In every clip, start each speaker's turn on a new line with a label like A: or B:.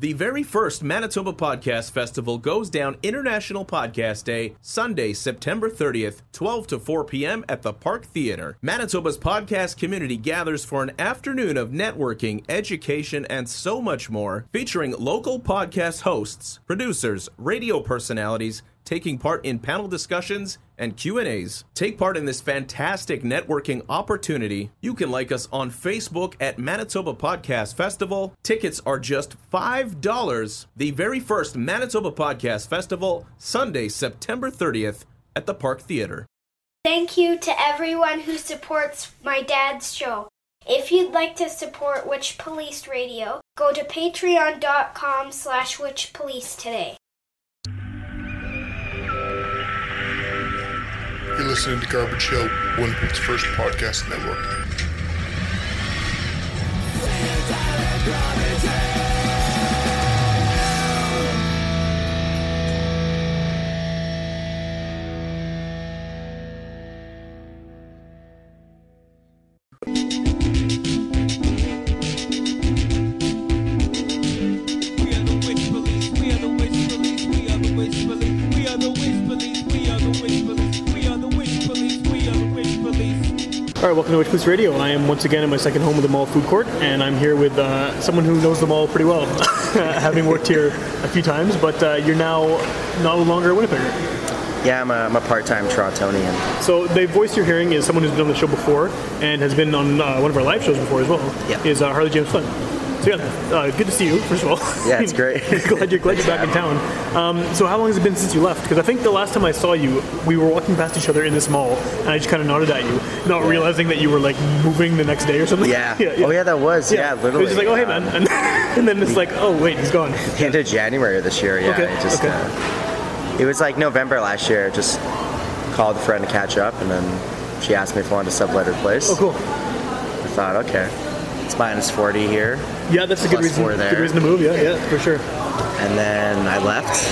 A: The very first Manitoba Podcast Festival goes down International Podcast Day, Sunday, September 30th, 12 to 4 p.m. at the Park Theater. Manitoba's podcast community gathers for an afternoon of networking, education, and so much more, featuring local podcast hosts, producers, radio personalities, taking part in panel discussions and Q&As. Take part in this fantastic networking opportunity. You can like us on Facebook at Manitoba Podcast Festival. Tickets are just $5. The very first Manitoba Podcast Festival, Sunday, September 30th at the Park Theater.
B: Thank you to everyone who supports my dad's show. If you'd like to support Witch Police Radio, go to patreon.com slash witch police today.
C: You're listening to Garbage Hill, Winnipeg's first podcast network.
D: We are the witch police. We are the witch police. We are the witch police. We are the witch police. We are the witch police. We are the witch police. We are the witch police.
E: All right, welcome to Witch Police Radio. I am once again in my second home of the mall food court, and I'm here with uh, someone who knows the mall pretty well, having worked here a few times. But uh, you're now no longer a Winnipegger.
F: Yeah, I'm a, I'm a part-time Torontonian.
E: So the voice you're hearing is someone who's been on the show before and has been on uh, one of our live shows before as well.
F: Yeah.
E: Is uh, Harley James Flynn. So yeah, uh, good to see you first of all.
F: Yeah, it's great.
E: glad you're glad you're back in town. Um, so how long has it been since you left? Because I think the last time I saw you, we were walking past each other in this mall, and I just kind of nodded at you, not realizing that you were like moving the next day or something.
F: Yeah. Oh yeah, that was. Yeah, literally.
E: It was just like, oh hey
F: uh,
E: man, and, and then it's like, oh wait, he's gone.
F: the end of January of this year. Yeah.
E: Okay,
F: It just.
E: okay.
F: Uh, it was like November last year. Just called a friend to catch up, and then she asked me if I wanted to sublet her place.
E: Oh cool.
F: I thought, okay, it's minus 40 here,
E: Yeah, that's a good
F: Plus
E: reason.
F: four there.
E: Good reason to move. Yeah, yeah, for sure.
F: and then I left.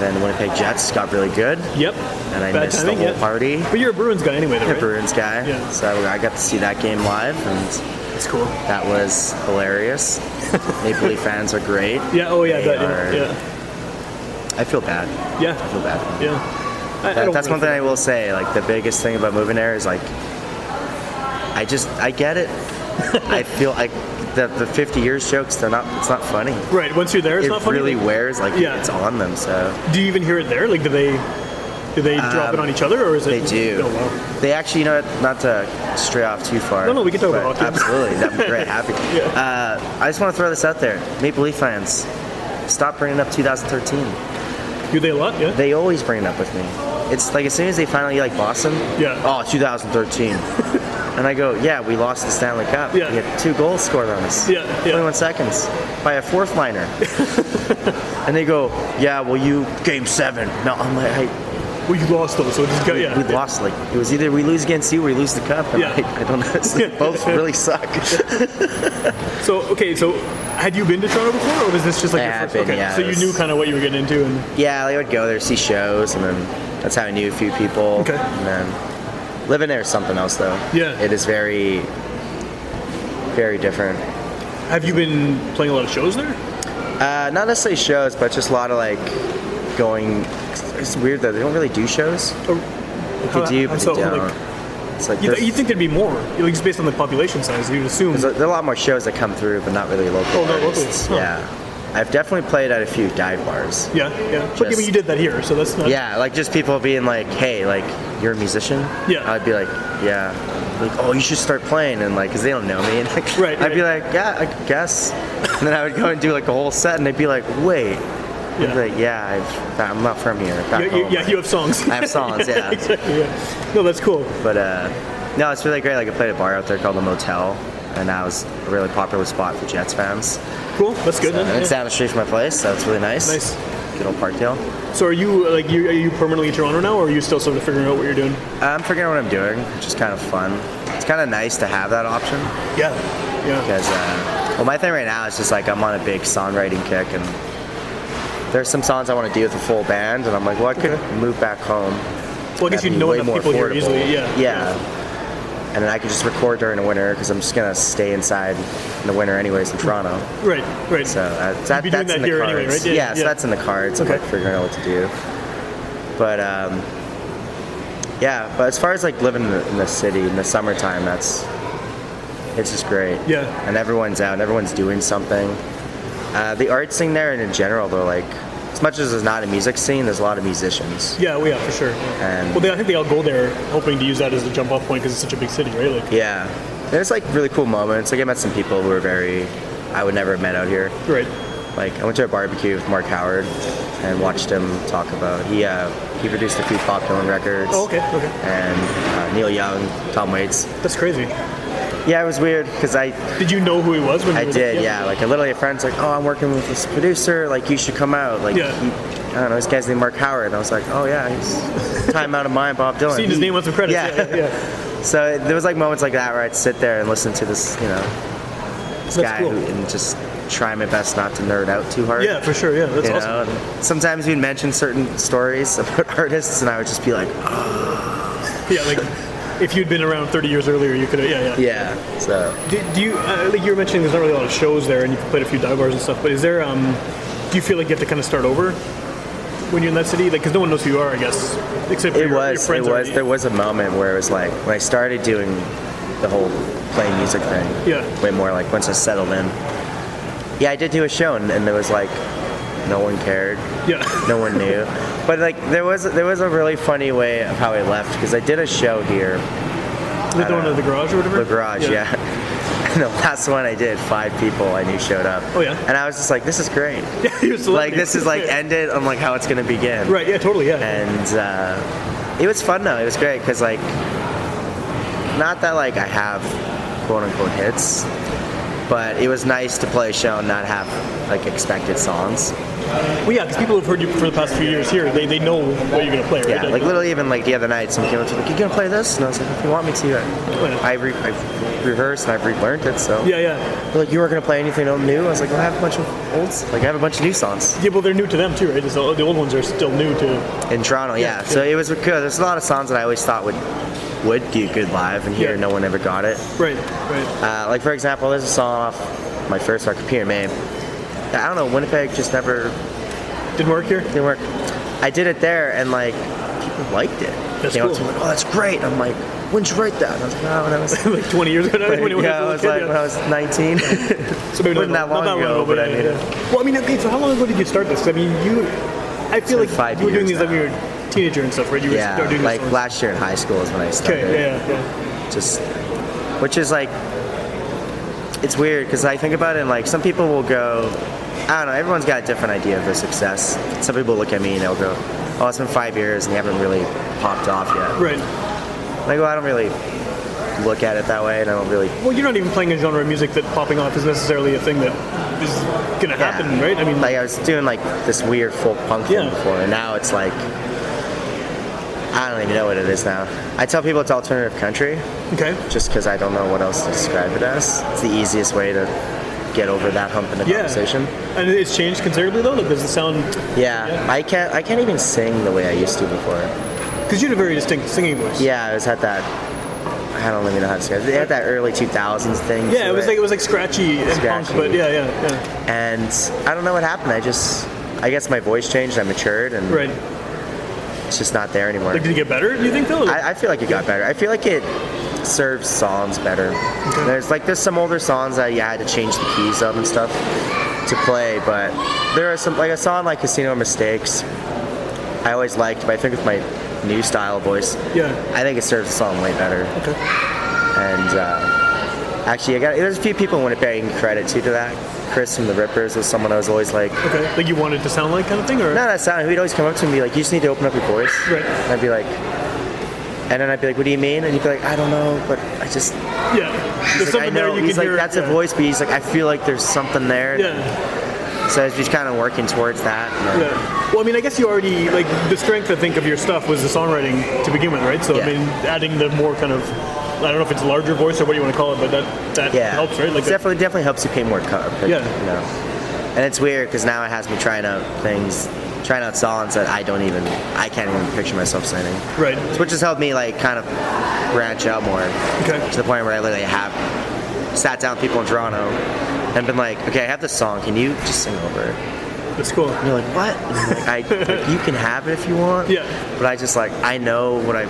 F: Then the Winnipeg Jets got really good,
E: Yep.
F: and I
E: Bad
F: missed
E: timing,
F: the whole
E: yeah.
F: party.
E: But you're a Bruins guy anyway, though,
F: I'm a
E: right?
F: Bruins guy,
E: Yeah.
F: so I got to see that game live, and
E: That's cool.
F: that was hilarious. Maple Leaf fans are great.
E: Yeah. Oh yeah.
F: They
E: That,
F: are-
E: yeah.
F: I feel bad.
E: Yeah. Yeah.
F: feel bad. for them.
E: yeah. I- I
F: That,
E: don't
F: that's
E: wanna
F: one thing
E: offend
F: I will say. Like the biggest thing about moving there is like, I just I get it. I feel like the the 50 years jokes they're not it's not funny.
E: Right, once you're there, it's
F: it
E: not funny.
F: really wears like
E: Yeah.
F: it's on them. So
E: do you even hear it there? Like, do they do they drop
F: Um,
E: it on each other, or is it?
F: they do.
E: Oh, wow.
F: They actually, you know, what, not to stray off too far.
E: No, no, we can talk
F: but
E: about hockey.
F: Absolutely, I'm very happy.
E: Yeah.
F: uh, I just want to throw this out there, Maple Leaf fans. Stop bringing up 2013.
E: Do they a lot? Yeah.
F: They always bring it up with me. It's like as soon as they finally like Boston.
E: Yeah.
F: Oh, 2013. and I go, yeah, we lost the Stanley Cup.
E: Yeah.
F: We had two goals scored on us.
E: Yeah, yeah.
F: 21 seconds by a fourth liner. and they go, yeah, well, you game seven. No, I'm like, I,
E: well, you lost though, so just go.
F: we,
E: Yeah.
F: we lost. Like it was either we lose against you or we lose the cup. And
E: Yeah.
F: I, I don't know. It's like, both really suck.
E: So okay, so had you been to Toronto before, or was this just like
F: I
E: your
F: have
E: first?
F: been,
E: okay,
F: yeah,
E: so
F: it
E: you
F: was-
E: knew kind of what you were getting into, and
F: yeah, like, I would go there, see shows, and then that's how I knew a few people.
E: Okay.
F: And then living there is something else though.
E: Yeah.
F: It is very, very different.
E: have you been playing a lot of shows there?
F: Uh, not necessarily shows, but just a lot of like going. It's weird though. They don't really do shows.
E: Or,
F: They do,
E: Oh, how-
F: but
E: so,
F: they don't.
E: like,
F: it's like
E: you,
F: there's,
E: th- you think there'd be more, you know, just based on the population size, you'd assume.
F: there's a, there are a lot more shows that come through, but not really local.
E: Oh, not local.
F: artists.
E: Huh.
F: Yeah, I've definitely played at a few dive bars.
E: yeah, yeah. but I mean,
F: Just-
E: you did that here, so that's not.
F: Yeah, like just people being like, "Hey, like you're a musician."
E: Yeah.
F: I'd be like, "Yeah." Like, "Oh, you should start playing," and like, cause they don't know me. And like,
E: Right,
F: I'd be
E: right.
F: like, "Yeah, I guess," and then I would go and do like a whole set, and they'd be like, "Wait." I'd
E: Yeah.
F: be like, "Yeah, I've, I'm not from here. Back
E: You- you-
F: home."
E: yeah, you have songs.
F: I have songs, yeah.
E: exactly. Yeah. No, that's cool.
F: But uh, no, it's really great. Like I played a bar out there called the Motel, and that was a really popular spot for Jets fans.
E: Cool. That's good.
F: So,
E: then,
F: and
E: yeah.
F: it's down the street from my place, so it's really nice.
E: Nice.
F: Good old Parkdale.
E: So are you like you are you permanently in Toronto now, or are you still sort of figuring out what you're doing?
F: I'm figuring out what I'm doing, which is kind of fun. It's kind of nice to have that option
E: Yeah, yeah,
F: because, uh, well, my thing right now is just like I'm on a big songwriting kick, and there's some songs I want to do with a full band, and I'm like, well, I could move back home.
E: Well, I guess you
F: That'd be
E: know
F: way
E: enough
F: more
E: people here
F: affordable.
E: easily. Yeah,
F: Yeah. and then I could just record during the winter because I'm just gonna stay inside in the winter anyways in Toronto.
E: Right, right.
F: So uh, that,
E: be doing
F: that's
E: that
F: in the
E: here
F: cards.
E: anyway, right? Yeah,
F: Yeah, so
E: yeah.
F: that's in the cards. I'm
E: Okay.
F: like figuring out what to do. But um, yeah, but as far as like living in the, in the city in the summertime, that's it's just great.
E: Yeah.
F: and everyone's out and everyone's doing something. Uh, the art scene there and in general, though, like as much as there's not a music scene, there's a lot of musicians.
E: yeah, well, yeah, for sure.
F: And-
E: well, they, I think they all go there hoping to use that as a jump off point because it's such a big city, right? Like,
F: Yeah, and it's like really cool moments. Like I met some people who were very I would never have met out here.
E: right.
F: Like I went to a barbecue with Mark Howard and watched him talk about he uh, he produced a few Pop Dylan records.
E: Oh, okay, okay.
F: And uh, Neil Young, Tom Waits.
E: That's crazy.
F: Yeah, it was weird because I
E: Did you know who he was when
F: I
E: you were
F: did yeah like literally a friend's like oh I'm working with this producer like you should come out like
E: Yeah.
F: he, I don't know this guy's named Mark Howard and I was like oh yeah he's time out of mind Bob Dylan.
E: Seen his name on some credits.
F: Yeah.
E: Yeah, yeah. yeah.
F: So there was like moments like that where I'd sit there and listen to this, you know,
E: That's
F: this guy
E: cool.
F: who, and just try my best not to nerd out too hard.
E: Yeah, for sure. Yeah, that's
F: You
E: awesome.
F: know, and sometimes we'd mention certain stories about artists, and I would just be like, oh,
E: Yeah, like if you'd been around 30 years earlier, you could have. Yeah, yeah.
F: yeah. So
E: Do, do you uh, like you were mentioning? There's not really a lot of shows there, and you've played a few dive bars and stuff. But is there? Um, do you feel like you have to kind of start over when you're in that city? Like, because no one knows who you are, I guess. Except for
F: it
E: your, your
F: was, it
E: friends
F: was.
E: already.
F: There was a moment where it was like when I started doing the whole playing music thing.
E: Yeah.
F: Way more like once I settled in. Yeah, I did do a show, and, and there was like no one cared.
E: yeah.
F: no one knew. But like there was there was a really funny way of how I left because I did a show here,
E: Is that the one in the garage or whatever?
F: the garage, yeah. And the last one I did, five people I knew showed up.
E: Oh, yeah?
F: And I was just like, this is great.
E: You're a celebrity.
F: like this is like
E: Yeah.
F: ended on like how it's gonna begin.
E: right. Yeah, totally. Yeah.
F: And uh, it was fun though. It was great because like not that like I have quote unquote hits, but it was nice to play a show and not have like expected songs.
E: well, yeah, because people have heard you for the past few years here. They, they know what you're gonna play, right?
F: Yeah, like literally even like the other night, someone came up to me like, "You gonna play this?" And I was like, "If you want me to." I, I re- I've rehearsed and I've relearned it, so.
E: Yeah, yeah.
F: They're Like you weren't gonna play anything new. I was like, well, I have a bunch of olds. Like I have a bunch of new songs
E: Yeah, well, they're new to them too, right? So the old ones are still new to.
F: in Toronto. Yeah, so it was good. There's a lot of songs that I always thought would would do good live, and here
E: Yeah.
F: no one ever got it.
E: Right. Right.
F: Uh, like for example, there's a song off my first record, Peter May. I don't know, Winnipeg just never
E: Didn't work here.
F: didn't work. I did it there, and like people liked it.
E: That's
F: They were
E: cool.
F: like, oh, that's great. I'm like, when did you write that? And I was like, oh, when I was
E: like 20 years ago. now, when it was
F: yeah,
E: a
F: I
E: little
F: was
E: kid,
F: like
E: yeah.
F: when I was 19.
E: So maybe
F: Wasn't
E: not,
F: that long
E: not
F: ago, but I
E: yeah,
F: made it.
E: yeah. Well, I mean, okay, so how long ago did you start this? 'Cause I mean, you, I feel like
F: been five
E: you were doing
F: years
E: these like
F: now.
E: when you were a teenager and stuff, right? You were
F: yeah,
E: starting
F: like
E: this
F: last year in high school is when I started.
E: Okay, yeah, yeah,
F: Just, which is like, it's weird because I think about it and like some people will go, I don't know. Everyone's got a different idea of their success. Some people look at me and they'll go, "Oh, it's been five years and you haven't really popped off yet."
E: yeah. Right.
F: Like, well, I don't really look at it that way, and I don't really.
E: Well, you're not even playing a genre of music that popping off is necessarily a thing that is gonna
F: yeah.
E: happen, right? I mean,
F: like I was doing like this weird folk punk thing
E: Yeah.
F: before, and now it's like. I don't even know what it is now. I tell people it's alternative country.
E: okay.
F: just because I don't know what else to describe it as. It's the easiest way to get over that hump in the
E: Yeah.
F: conversation.
E: And it's changed considerably though. Like, does it sound?
F: Yeah,
E: Yeah.
F: I can't. I can't even sing the way I used to before.
E: Because you had a very distinct singing voice.
F: Yeah, I was at that. I don't even know how to describe. it. They had that early 2000s thing.
E: Yeah,
F: to
E: it was like it was like scratchy and
F: Scratchy.
E: punk, but yeah, yeah, yeah.
F: and I don't know what happened. I just, I guess my voice changed. I matured, and
E: Right.
F: it's just not there anymore.
E: Like, did it get better? Do you think though?
F: I, I feel like it got better. I feel like it serves songs better. There's like there's some older songs that yeah, I had to change the keys up and stuff to play, but there are some like a song like Casino Mistakes. I always liked, but I think with my new style voice,
E: yeah.
F: I think it serves the song way better.
E: Okay.
F: And uh, actually, I got there's a few people in Winnipeg I can credit to to that. Chris from the Rippers was someone I was always like.
E: Okay. Like you wanted to sound like kind of thing, or
F: No, that sound. He'd always come up to me and be like, "You just need to open up your voice."
E: Right.
F: And I'd be like, and then I'd be like, "What do you mean?" And he'd be like, "I don't know, but I just."
E: yeah. There's
F: He's like, I
E: something there
F: know.
E: you
F: He's
E: can
F: like,
E: hear-
F: "That's
E: yeah.
F: a voice," but he's like, "I feel like there's something there."
E: Yeah.
F: So I was just kind of working towards that. and, uh,
E: Yeah. Well, I mean, I guess you already like the strength I think of your stuff was the songwriting to begin with, right? So I
F: Yeah.
E: mean, adding the more kind of I don't know if it's larger voice or what do you want to call it, but that that
F: Yeah.
E: helps, right?
F: It's
E: the-
F: definitely definitely helps you pay more cut.
E: Yeah.
F: You know. And it's weird because now it has me trying out things, trying out songs that I don't even, I can't even picture myself singing.
E: Right.
F: Which has helped me like kind of branch out more
E: Okay.
F: to the point where I literally have sat down with people in Toronto and been like, okay, I have this song. Can you just sing over it?
E: That's cool.
F: And you're like, what? And I'm like, I, like, you can have it if you want.
E: Yeah.
F: But I just like, I know what I,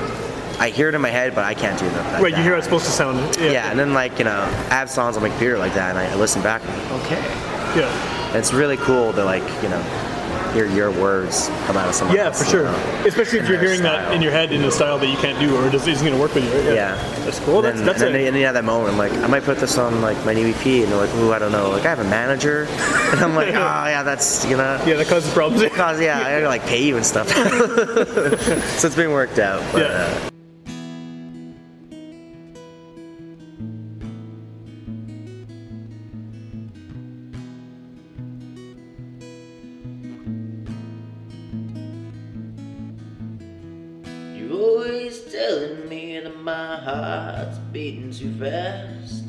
F: I hear it in my head, but I can't do that. that
E: Right, you hear how
F: it.
E: it's supposed to sound.
F: Yeah. and then like you know, I have songs on my computer like that, and I listen back. And I'm like, okay,
E: Yeah.
F: and it's really cool to like you know, hear your words come out of someone.
E: Yeah,
F: else,
E: for
F: you
E: sure.
F: know.
E: Especially if
F: And
E: you're
F: their
E: hearing that
F: style.
E: in your head in a style that you can't do or just isn't going to work with you. Right?
F: Yeah.
E: That's cool. That's,
F: and then,
E: that's
F: and then,
E: a-
F: they- and you have that moment, like I might put this on like my new EP, and they're like, "Ooh, I don't know." Like I have a manager, and I'm like, "Oh yeah, that's you know."
E: yeah, that causes problems.
F: Cause yeah, I gotta like pay you and stuff. so it's been worked out. But,
E: Yeah.
F: uh,
G: You're always telling me that my heart's beating too fast.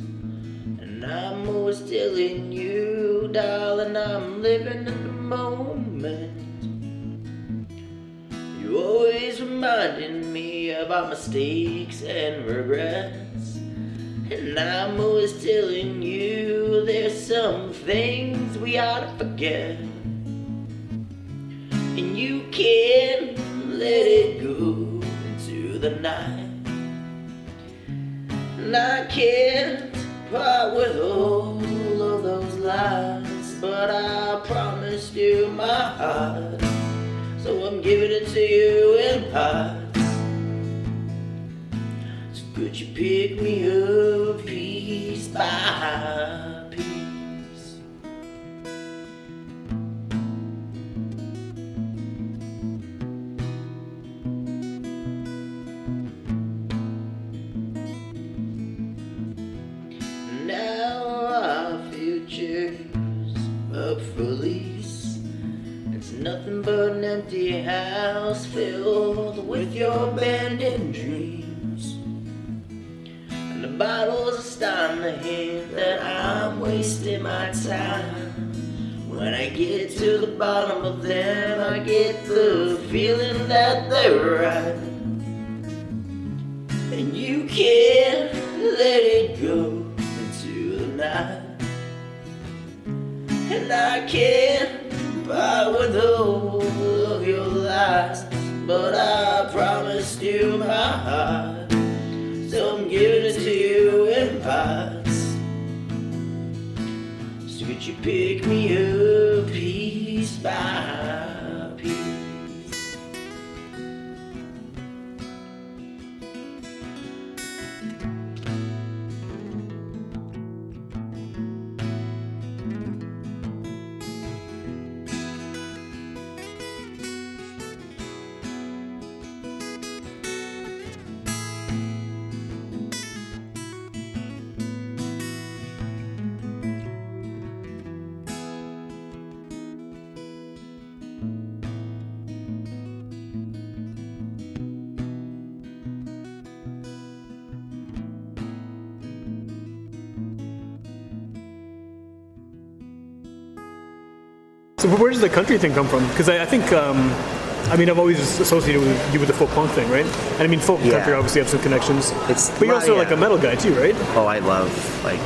G: And I'm always telling you, darling, I'm living in the moment. You're always reminding me about mistakes and regrets. And I'm always telling you there's some things we ought to forget and you can let it go into the night. And I can't part with all of those lies, but I promised you my heart, so I'm giving it to you in parts. So could you pick me up piece by piece? Now our future's up for lease. It's nothing but an empty house filled with your abandoned dreams. And the bottles are starting to hint that I'm wasting my time. When I get to the bottom of them, I get the feeling that they're right. And you can't let it go into the night. And I can't part with all of your lies. But I promised you my heart. So I'm giving it to you in parts. So could you pick me up piece by piece?
E: So where does the country thing come from? Because I, I think, um, I mean, I've always associated with you with the folk punk thing, right? And I mean, folk and
F: Yeah.
E: country obviously have some connections.
F: It's-
E: but you're
F: well,
E: also like
F: yeah.
E: a metal guy too, right?
F: oh, I love like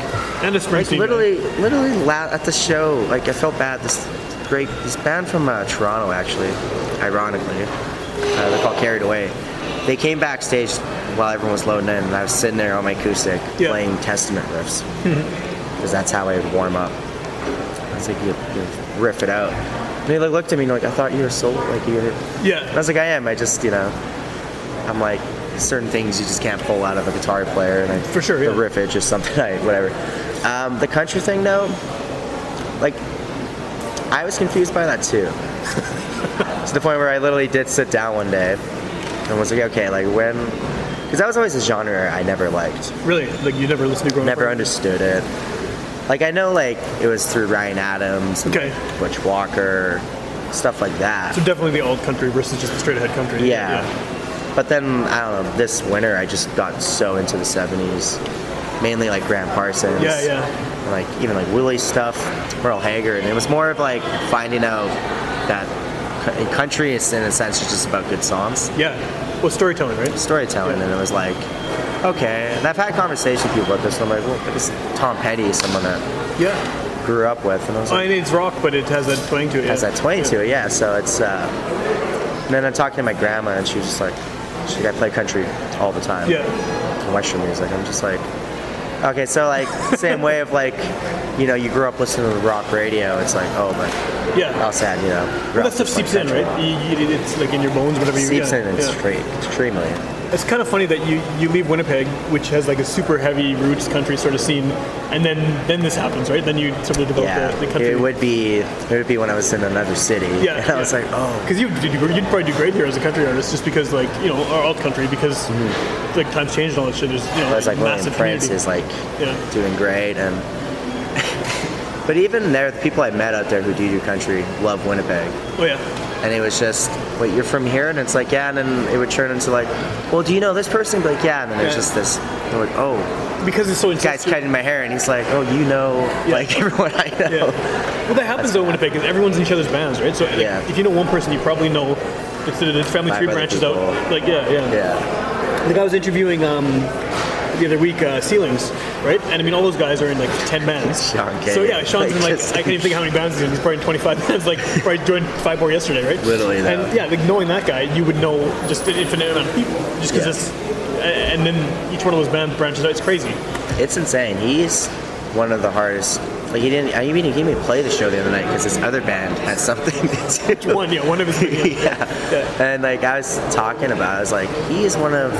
E: And a Springsteen.
F: Like
E: guy.
F: literally, literally la- at the show, like I felt bad. This great, this band from uh, Toronto, actually, ironically, uh, they're called Carried Away. They came backstage while everyone was loading in, and I was sitting there on my acoustic
E: Yeah.
F: playing Testament riffs because that's how I would warm up. I was like, you, you riff it out. And they like, looked at me and like, I thought you were so like you. Were, and I
E: Yeah.
F: was like, I am. I just, you know, I'm like, certain things you just can't pull out of a guitar player, and I,
E: For sure,
F: the
E: yeah.
F: riffage or something, I, whatever. Um, the country thing, though, like, I was confused by that too. to the point where I literally did sit down one day and was like, okay, like when, because that was always a genre I never liked
E: Really? Like you never listened to growing
F: never
E: up?
F: understood it. Like I know, like it was through Ryan Adams, and
E: Okay.
F: Butch Walker, stuff like that.
E: So definitely the old country versus just the straight ahead country.
F: Yeah. But then I don't know. This winter, I just got so into the '70s, mainly like Graham Parsons.
E: Yeah, yeah.
F: like even like Willie stuff, Merle Haggard. And it was more of like finding out that cou- country is in a sense is just about good songs
E: Yeah. Well, storytelling, right?
F: storytelling, and it was like, okay. And I've had conversations with people about this, and I'm like, well, I guess Tom Petty is someone that
E: Yeah.
F: I grew up with, and I was
E: I
F: like,
E: mean, it's rock, but it has that twang to it.
F: has
E: Oh, yeah.
F: that twang to it, yeah. So it's. Uh, and then I'm talking to my grandma, and she was just like, she's like, I play country all the time,
E: Yeah.
F: and Western music. I'm just like, okay, so like same way of like, you know, you grew up listening to rock radio. It's like, oh my,
E: Yeah.
F: how sad, you know.
E: Well,
F: rock
E: that stuff
F: is like
E: seeps in,
F: country.
E: right? You, you, it's like in your bones, whatever you
F: Seeps
E: yeah,
F: in, it's
E: yeah.
F: stre- extremely.
E: It's kind of funny that you, you leave Winnipeg, which has like a super heavy roots country sort of scene, and then then this happens, right? Then you sort of develop
F: Yeah,
E: the, the country.
F: it would be it would be when I was in another city.
E: Yeah,
F: and I was
E: yeah.
F: like, oh,
E: Because you, you'd probably do great here as a country artist, just because like you know our alt country, because like times changed and all that shit. There's you know
F: I was Mm-hmm. like William
E: massive
F: Prince
E: community.
F: is like
E: Yeah.
F: doing great, and but even there, the people I met out there who do do country love Winnipeg,
E: Oh yeah,
F: and it was just, wait, you're from here, and it's like, yeah, and then it would turn into like, well, do you know this person? Be like, yeah, and then it's
E: Yeah.
F: just this, they're like, oh,
E: because it's so
F: this guy's
E: intense.
F: cutting my hair, and he's like, oh, you know, like everyone I know.
E: Well, that happens though in Winnipeg because everyone's in each other's bands, right? So like,
F: Yeah.
E: if you know one person, you probably know if the, the family
F: Five
E: tree
F: other
E: branches
F: people.
E: out. Like yeah, yeah.
F: Yeah,
E: The guy was interviewing um, the other week, uh, Ceilings, right? And I mean, all those guys are in like 10 bands.
F: Sean
E: So yeah,
F: Kay.
E: Sean's in
F: Like,
E: like,
F: just-
E: I can't even think how many bands he's in. He's probably in 25 bands, like, probably joined five more yesterday, right?
F: Literally, though.
E: And yeah, like knowing that guy, you would know just an infinite amount of people. Just because
F: Yeah.
E: it's, a- and then each one of those bands branches out. It's crazy.
F: it's insane. He's one of the hardest. Like he didn't. I mean, he didn't even play the show the other night because his other band had something to do.
E: One, yeah, one of his.
F: yeah. And like I was talking about, it, I was like, he is one of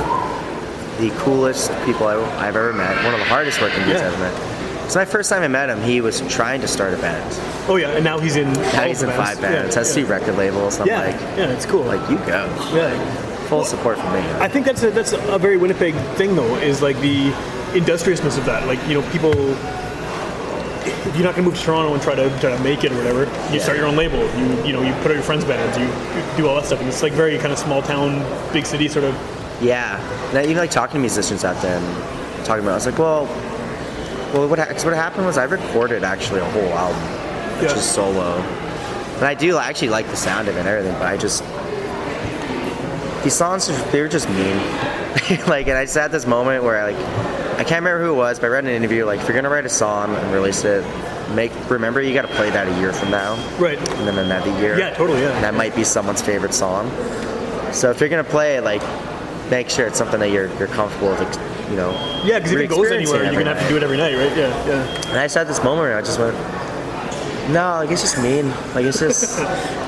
F: the coolest people I, I've ever met. One of the hardest working dudes
E: Yeah.
F: I've met. So my first time I met him, he was trying to start a band.
E: Oh yeah, and now he's in.
F: Now he's in five bands, has
E: Yeah,
F: two record labels. I'm
E: yeah.
F: like,
E: yeah, it's cool.
F: like you go.
E: yeah.
F: Full support from me.
E: I think that's a, that's a very Winnipeg thing, though, is like the industriousness of that. Like you know, people. if You're not gonna move to Toronto and try to try to make it or whatever. You
F: Yeah.
E: start your own label. You you know you put out your friends' bands. You, you do all that stuff. And it's like very kind of small town, big city sort of.
F: Yeah. Now, even like talking to musicians out there and talking about, it, I was like, well, well, what, ha- 'cause what happened was I recorded actually a whole album.
E: Yeah.
F: just solo. And I do actually like the sound of it and everything, but I just these songs are- they're just mean. like, and I just had this moment where I like I can't remember who it was, but I read an interview like if you're gonna write a song and release it, make remember you gotta play that a year from now,
E: Right.
F: and then another year.
E: Yeah, totally, yeah.
F: And that might be someone's favorite song. So if you're gonna play it, like make sure it's something that you're you're comfortable with, like, you know.
E: Yeah, because if it goes
F: re-experiencing
E: anywhere, you're
F: every
E: gonna have to
F: night.
E: do it every night, right? Yeah, yeah.
F: And I just had this moment where I just went, no, like it's just mean. Like it's just,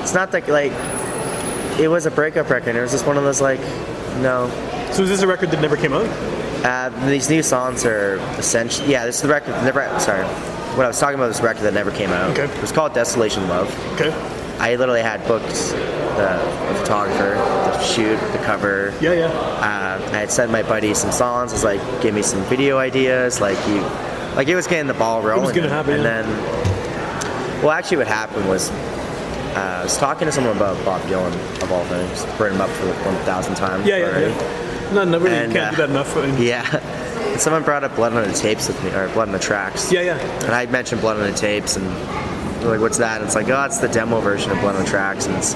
F: it's not that like, it was a breakup record. It was just one of those like, no.
E: So is this a record that never came out?
F: Uh, these new songs are essentially, yeah, this is the record, the re- sorry. What I was talking about was the record that never came out.
E: Okay.
F: It was called Desolation Love.
E: Okay.
F: I literally had booked the, the photographer, the shoot, the cover,
E: Yeah, yeah.
F: uh, I had sent my buddy some songs. Was like, give me some video ideas. Like you, like it was getting the ball rolling.
E: gonna happen,
F: And
E: yeah.
F: then, well, actually, what happened was, uh, I was talking to someone about Bob Dylan of all things. Burned him up for like one thousand times.
E: Yeah, yeah,
F: already.
E: yeah. No, no, really,
F: And,
E: can't
F: uh,
E: do that enough. I mean,
F: Yeah. And someone brought up Blood on the Tapes with me, or Blood on the Tracks.
E: Yeah, yeah.
F: And I mentioned Blood on the Tapes, and they're like, what's that? And it's like, oh, it's the demo version of Blood on the Tracks, and it's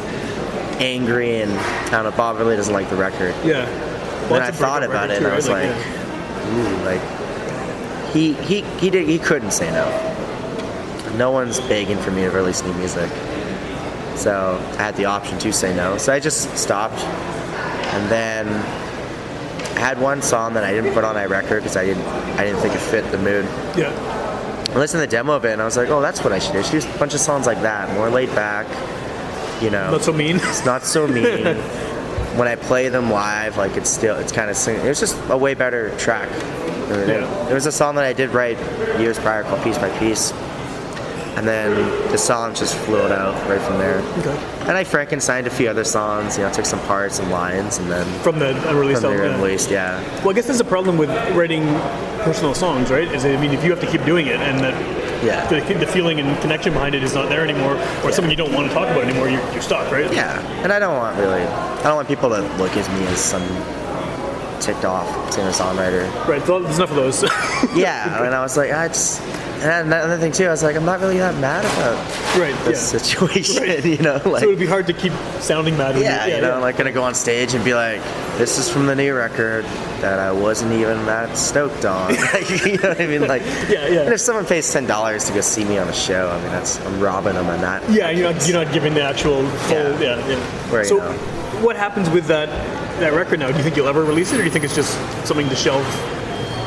F: angry, and I don't know. Bob really doesn't like the record.
E: Yeah. Well,
F: When
E: that's
F: I
E: a
F: thought
E: breakup
F: about
E: record
F: it,
E: too,
F: I
E: right?
F: was like,
E: yeah.
F: ooh, like he he he did he couldn't say no. No one's begging for me to release new music, so I had the option to say no. So I just stopped, and then I had one song that I didn't put on my record because I didn't I didn't think it fit the mood.
E: yeah.
F: I listened to the demo of it, and I was like, oh, that's what I should do. I should do a bunch of songs like that, more laid back, you know.
E: Not so mean.
F: It's not so mean. when I play them live, like it's still it's kind of sing- it was just a way better track. than it is.
E: Yeah.
F: There was a song that I did write years prior called "Piece by Piece," and then the song just flowed out right from there.
E: Okay.
F: And I Frankensteined a few other songs, you know, took some parts and lines, and then
E: From the unreleased
F: from
E: album.
F: there
E: yeah.
F: released, yeah.
E: Well, I guess there's a problem with writing personal songs, right? Is I mean, if you have to keep doing it, and that
F: Yeah.
E: the, the feeling and connection behind it is not there anymore, or something you don't want to talk about anymore, you're, you're stuck, right?
F: Yeah, and I don't want really, I don't want people to look at me as some ticked off being a songwriter.
E: Right, well, there's enough of those.
F: Yeah, and I was like, I just. And another thing too, I was like, I'm not really that mad about
E: right, yeah.
F: this situation, you know. Like,
E: so it'd be hard to keep sounding mad. when
F: yeah,
E: you,
F: you know, like gonna go on stage and be like, "This is from the new record that I wasn't even that stoked on." like, you know what I mean? Like,
E: Yeah, yeah.
F: And if someone pays ten dollars to go see me on a show, I mean, that's I'm robbing them on that.
E: Yeah, you're not, you're not giving the actual full. Yeah,
F: Yeah.
E: yeah.
F: Right,
E: so,
F: yeah.
E: what happens with that that record now? Do you think you'll ever release it, or do you think it's just something to shelve?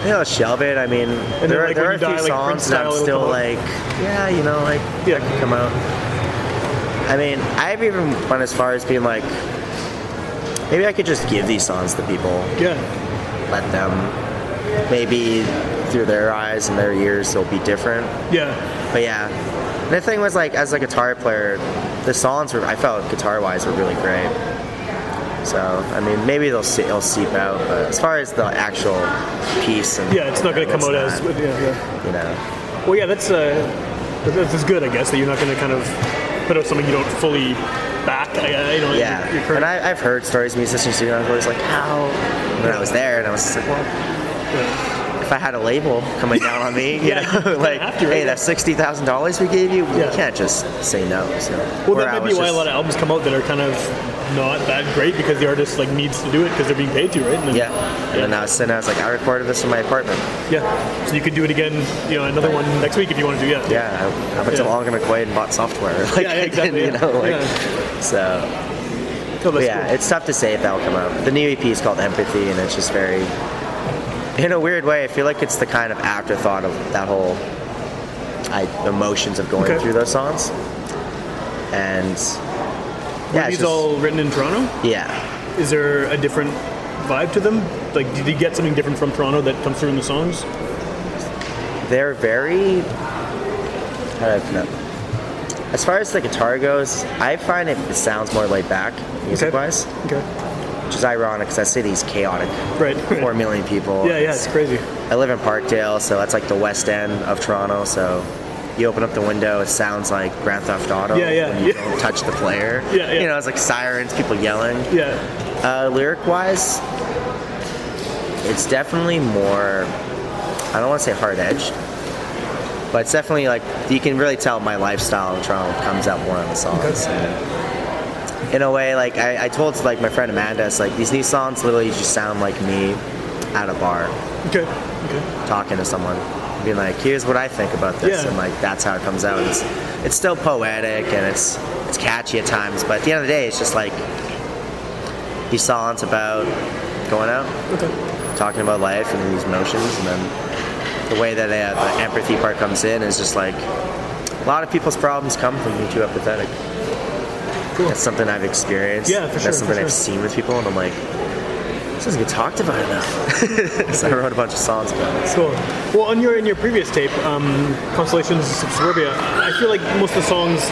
F: You know, shelve it. I mean,
E: then,
F: there are,
E: like,
F: there
E: when you
F: are a
E: die,
F: few
E: like, Prince
F: songs that
E: style,
F: I'm
E: it'll
F: still
E: come out.
F: like, yeah, you know, like
E: Yeah.
F: that could come out. I mean, I've even gone as far as being like, maybe I could just give these songs to people,
E: Yeah,
F: let them, maybe through their eyes and their ears, they'll be different.
E: yeah,
F: But yeah, And the thing was like as a guitar player, the songs were I felt guitar wise were really great. So I mean, maybe they'll see, it'll seep out. But as far as the actual piece, and,
E: yeah. It's not going to come
F: it's
E: out
F: not,
E: as. Yeah, yeah.
F: you know.
E: Well, yeah, that's uh, that's, that's good, I guess. That you're not going to kind of put out something you don't fully back. I, I you know, your-
F: Yeah,
E: your current-
F: and I, I've heard stories of musicians do. and I was always like, how? And then I was there, and I was just like, well, if I had a label coming down on me, you
E: Yeah, you
F: know,
E: kinda
F: like,
E: have to, right?
F: hey, that sixty thousand dollars we gave you,
E: Yeah.
F: you can't just say no. So,
E: Well,
F: Where
E: that
F: I
E: might be
F: was
E: why a
F: just-
E: lot of albums come out that are kind of not that great because the artist like needs to do it because they're being paid to, right? And then-
F: Yeah, and then I was sitting, I was like, I recorded this in my apartment.
E: yeah. So you could do it again, you know, another one next week if you want to do. Yeah,
F: Yeah, I, I went to
E: Yeah.
F: Long and McQuaid and bought software. Like,
E: yeah, exactly,
F: you
E: yeah.
F: know, like,
E: Yeah.
F: so,
E: No,
F: but
E: that's
F: yeah,
E: cool.
F: it's tough to say if that'll come up. The new EP is called Empathy, and it's just very, in a weird way, I feel like it's the kind of afterthought of that whole I, emotions of going
E: Okay.
F: through those songs. And,
E: Were
F: yeah, it's
E: these
F: just,
E: all written in Toronto?
F: yeah.
E: Is there a different vibe to them? Like, did you get something different from Toronto that comes through in the songs?
F: They're very, how do I put it? As far as the guitar goes, I find it, it sounds more laid back, music-wise.
E: Okay.
F: which is ironic because that city's chaotic.
E: Right.
F: Four million people.
E: Yeah, yeah, it's crazy.
F: I live in Parkdale, so that's like the west end of Toronto. So you open up the window, it sounds like Grand Theft Auto.
E: Yeah, yeah,
F: when you
E: yeah.
F: don't touch the player.
E: Yeah, yeah.
F: You know, it's like sirens, people yelling.
E: Yeah.
F: Uh, lyric wise, it's definitely more. I don't want to say hard edged, but it's definitely like you can really tell my lifestyle in Toronto comes out more on the songs. And in a way, like I, I told like my friend Amanda, it's like these new songs literally just sound like me at a bar
E: Okay. Okay.
F: talking to someone, being like, "Here's what I think about this,"
E: Yeah.
F: and like that's how it comes out. It's it's still poetic and it's it's catchy at times, but at the end of the day, it's just like these songs about going out, talking about life and these emotions, and then the way that uh, the empathy part comes in is just like a lot of people's problems come from being too empathetic.
E: Cool.
F: That's something I've experienced.
E: Yeah, for
F: That's
E: sure, for
F: something
E: sure.
F: I've seen with people, and I'm like, this doesn't get talked about enough. so I wrote a bunch of songs about it.
E: Cool. Well, on your in your previous tape, um, Constellations of Suburbia, I feel like most of the songs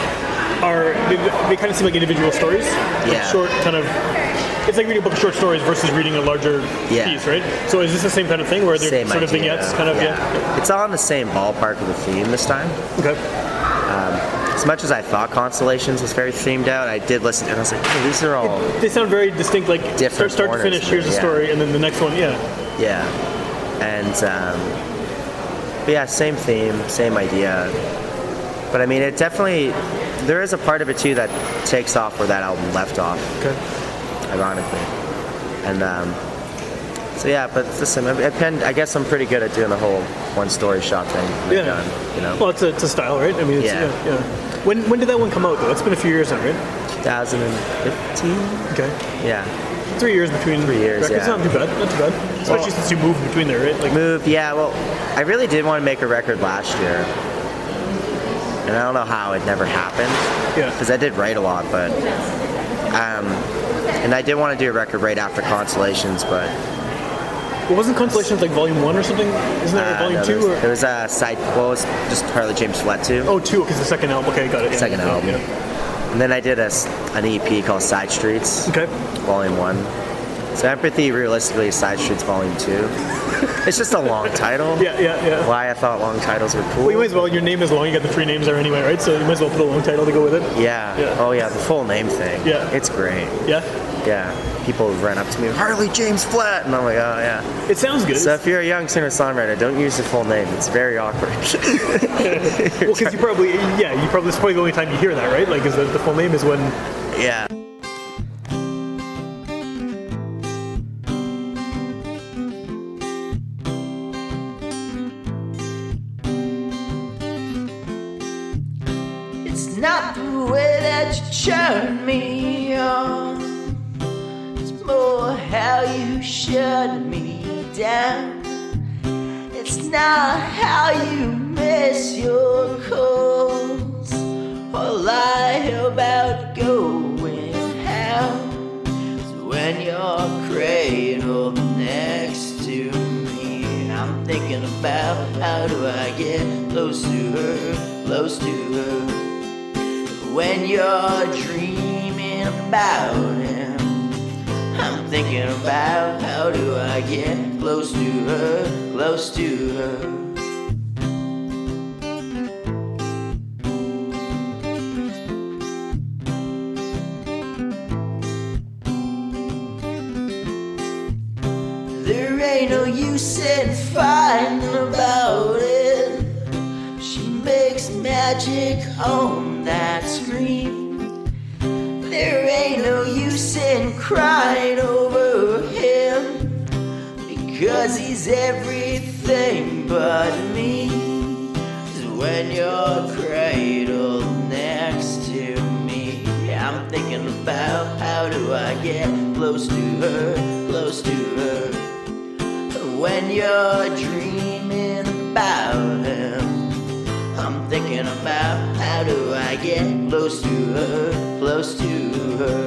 E: are they, they kind of seem like individual stories. Like
F: Yeah.
E: Short kind of. It's like reading a book of short stories versus reading a larger
F: Yeah.
E: piece, right? So is this the same kind of thing where they're
F: Same
E: sort of
F: idea.
E: vignettes, kind of yeah.
F: It's all in the same ballpark of the theme this time.
E: Okay.
F: As much as I thought Constellations was very themed out, I did listen and I was like, hey, these are all,
E: They sound very distinct, like start,
F: Different
E: start to
F: corners,
E: finish. Here's the
F: yeah.
E: story, and then the next one, yeah.
F: yeah. And, um, but yeah, same theme, same idea. But I mean, it definitely, there is a part of it too that takes off where that album left off,
E: Okay.
F: ironically. And, um, so yeah, but listen, I, I, pen- I guess I'm pretty good at doing the whole one story shot thing. when I'm
E: Yeah.
F: done, you know?
E: Well, it's a, it's a style, right? I mean, it's, yeah.
F: Yeah.
E: yeah, When when did that one come out though? It's been a few years now, right?
F: 2015?
E: Okay.
F: Yeah.
E: Three years between three
F: years,
E: Records.
F: yeah.
E: Not too bad. Not too bad. Especially
F: Well-
E: since you moved between there, right? Like,
F: Move, yeah, well, I really did want to make a record last year. And I don't know how it never happened.
E: yeah.
F: Because I did write a lot, but. Um, and I did want to do a record right after Constellations, but.
E: Well, wasn't Constellations like Volume One or something? Isn't that
F: uh,
E: Volume
F: no, there
E: Two
F: was, there
E: or?
F: was a side. Well, it was just Harley James Flat too.
E: Oh, two, because the second album. Okay, got it. yeah.
F: Second
E: Yeah,
F: album.
E: yeah.
F: And then I did a s an EP called Side Streets.
E: Oh. Okay.
F: Volume one. So Empathy, realistically, is Side Streets Volume two. it's just a long title.
E: Yeah, yeah, yeah.
F: Why I thought long titles were cool.
E: Well, you might as well. Your name is long. You got the three names there anyway, right? So you might as well put a long title to go with it.
F: Yeah.
E: Yeah.
F: Oh yeah, the full name thing.
E: Yeah.
F: It's great.
E: Yeah.
F: yeah, people ran up to me, Harley James Flat, and I'm like, oh yeah.
E: It sounds good.
F: So if you're a young singer-songwriter, don't use the full name. It's very awkward.
E: well, because you probably, yeah, you probably, it's probably the only time you hear that, right? Like, is the, the full name is when,
F: yeah.
G: It's not the way that you turn me on. It's more how you shut me down. It's not how you miss your calls or lie about going out. It's when you're cradled next to me. I'm thinking about how do I get close to her, close to her when you're dreaming about him. I'm thinking about how do I get close to her, close to her. There ain't no use in fighting about it. She makes magic on that screen. There ain't no use in crying over him because he's everything but me. 'Cause When you're cradled next to me, I'm thinking about how do I get close to her, close to her. When you're dreaming about him. I'm thinking about how do I get close to her, close to her.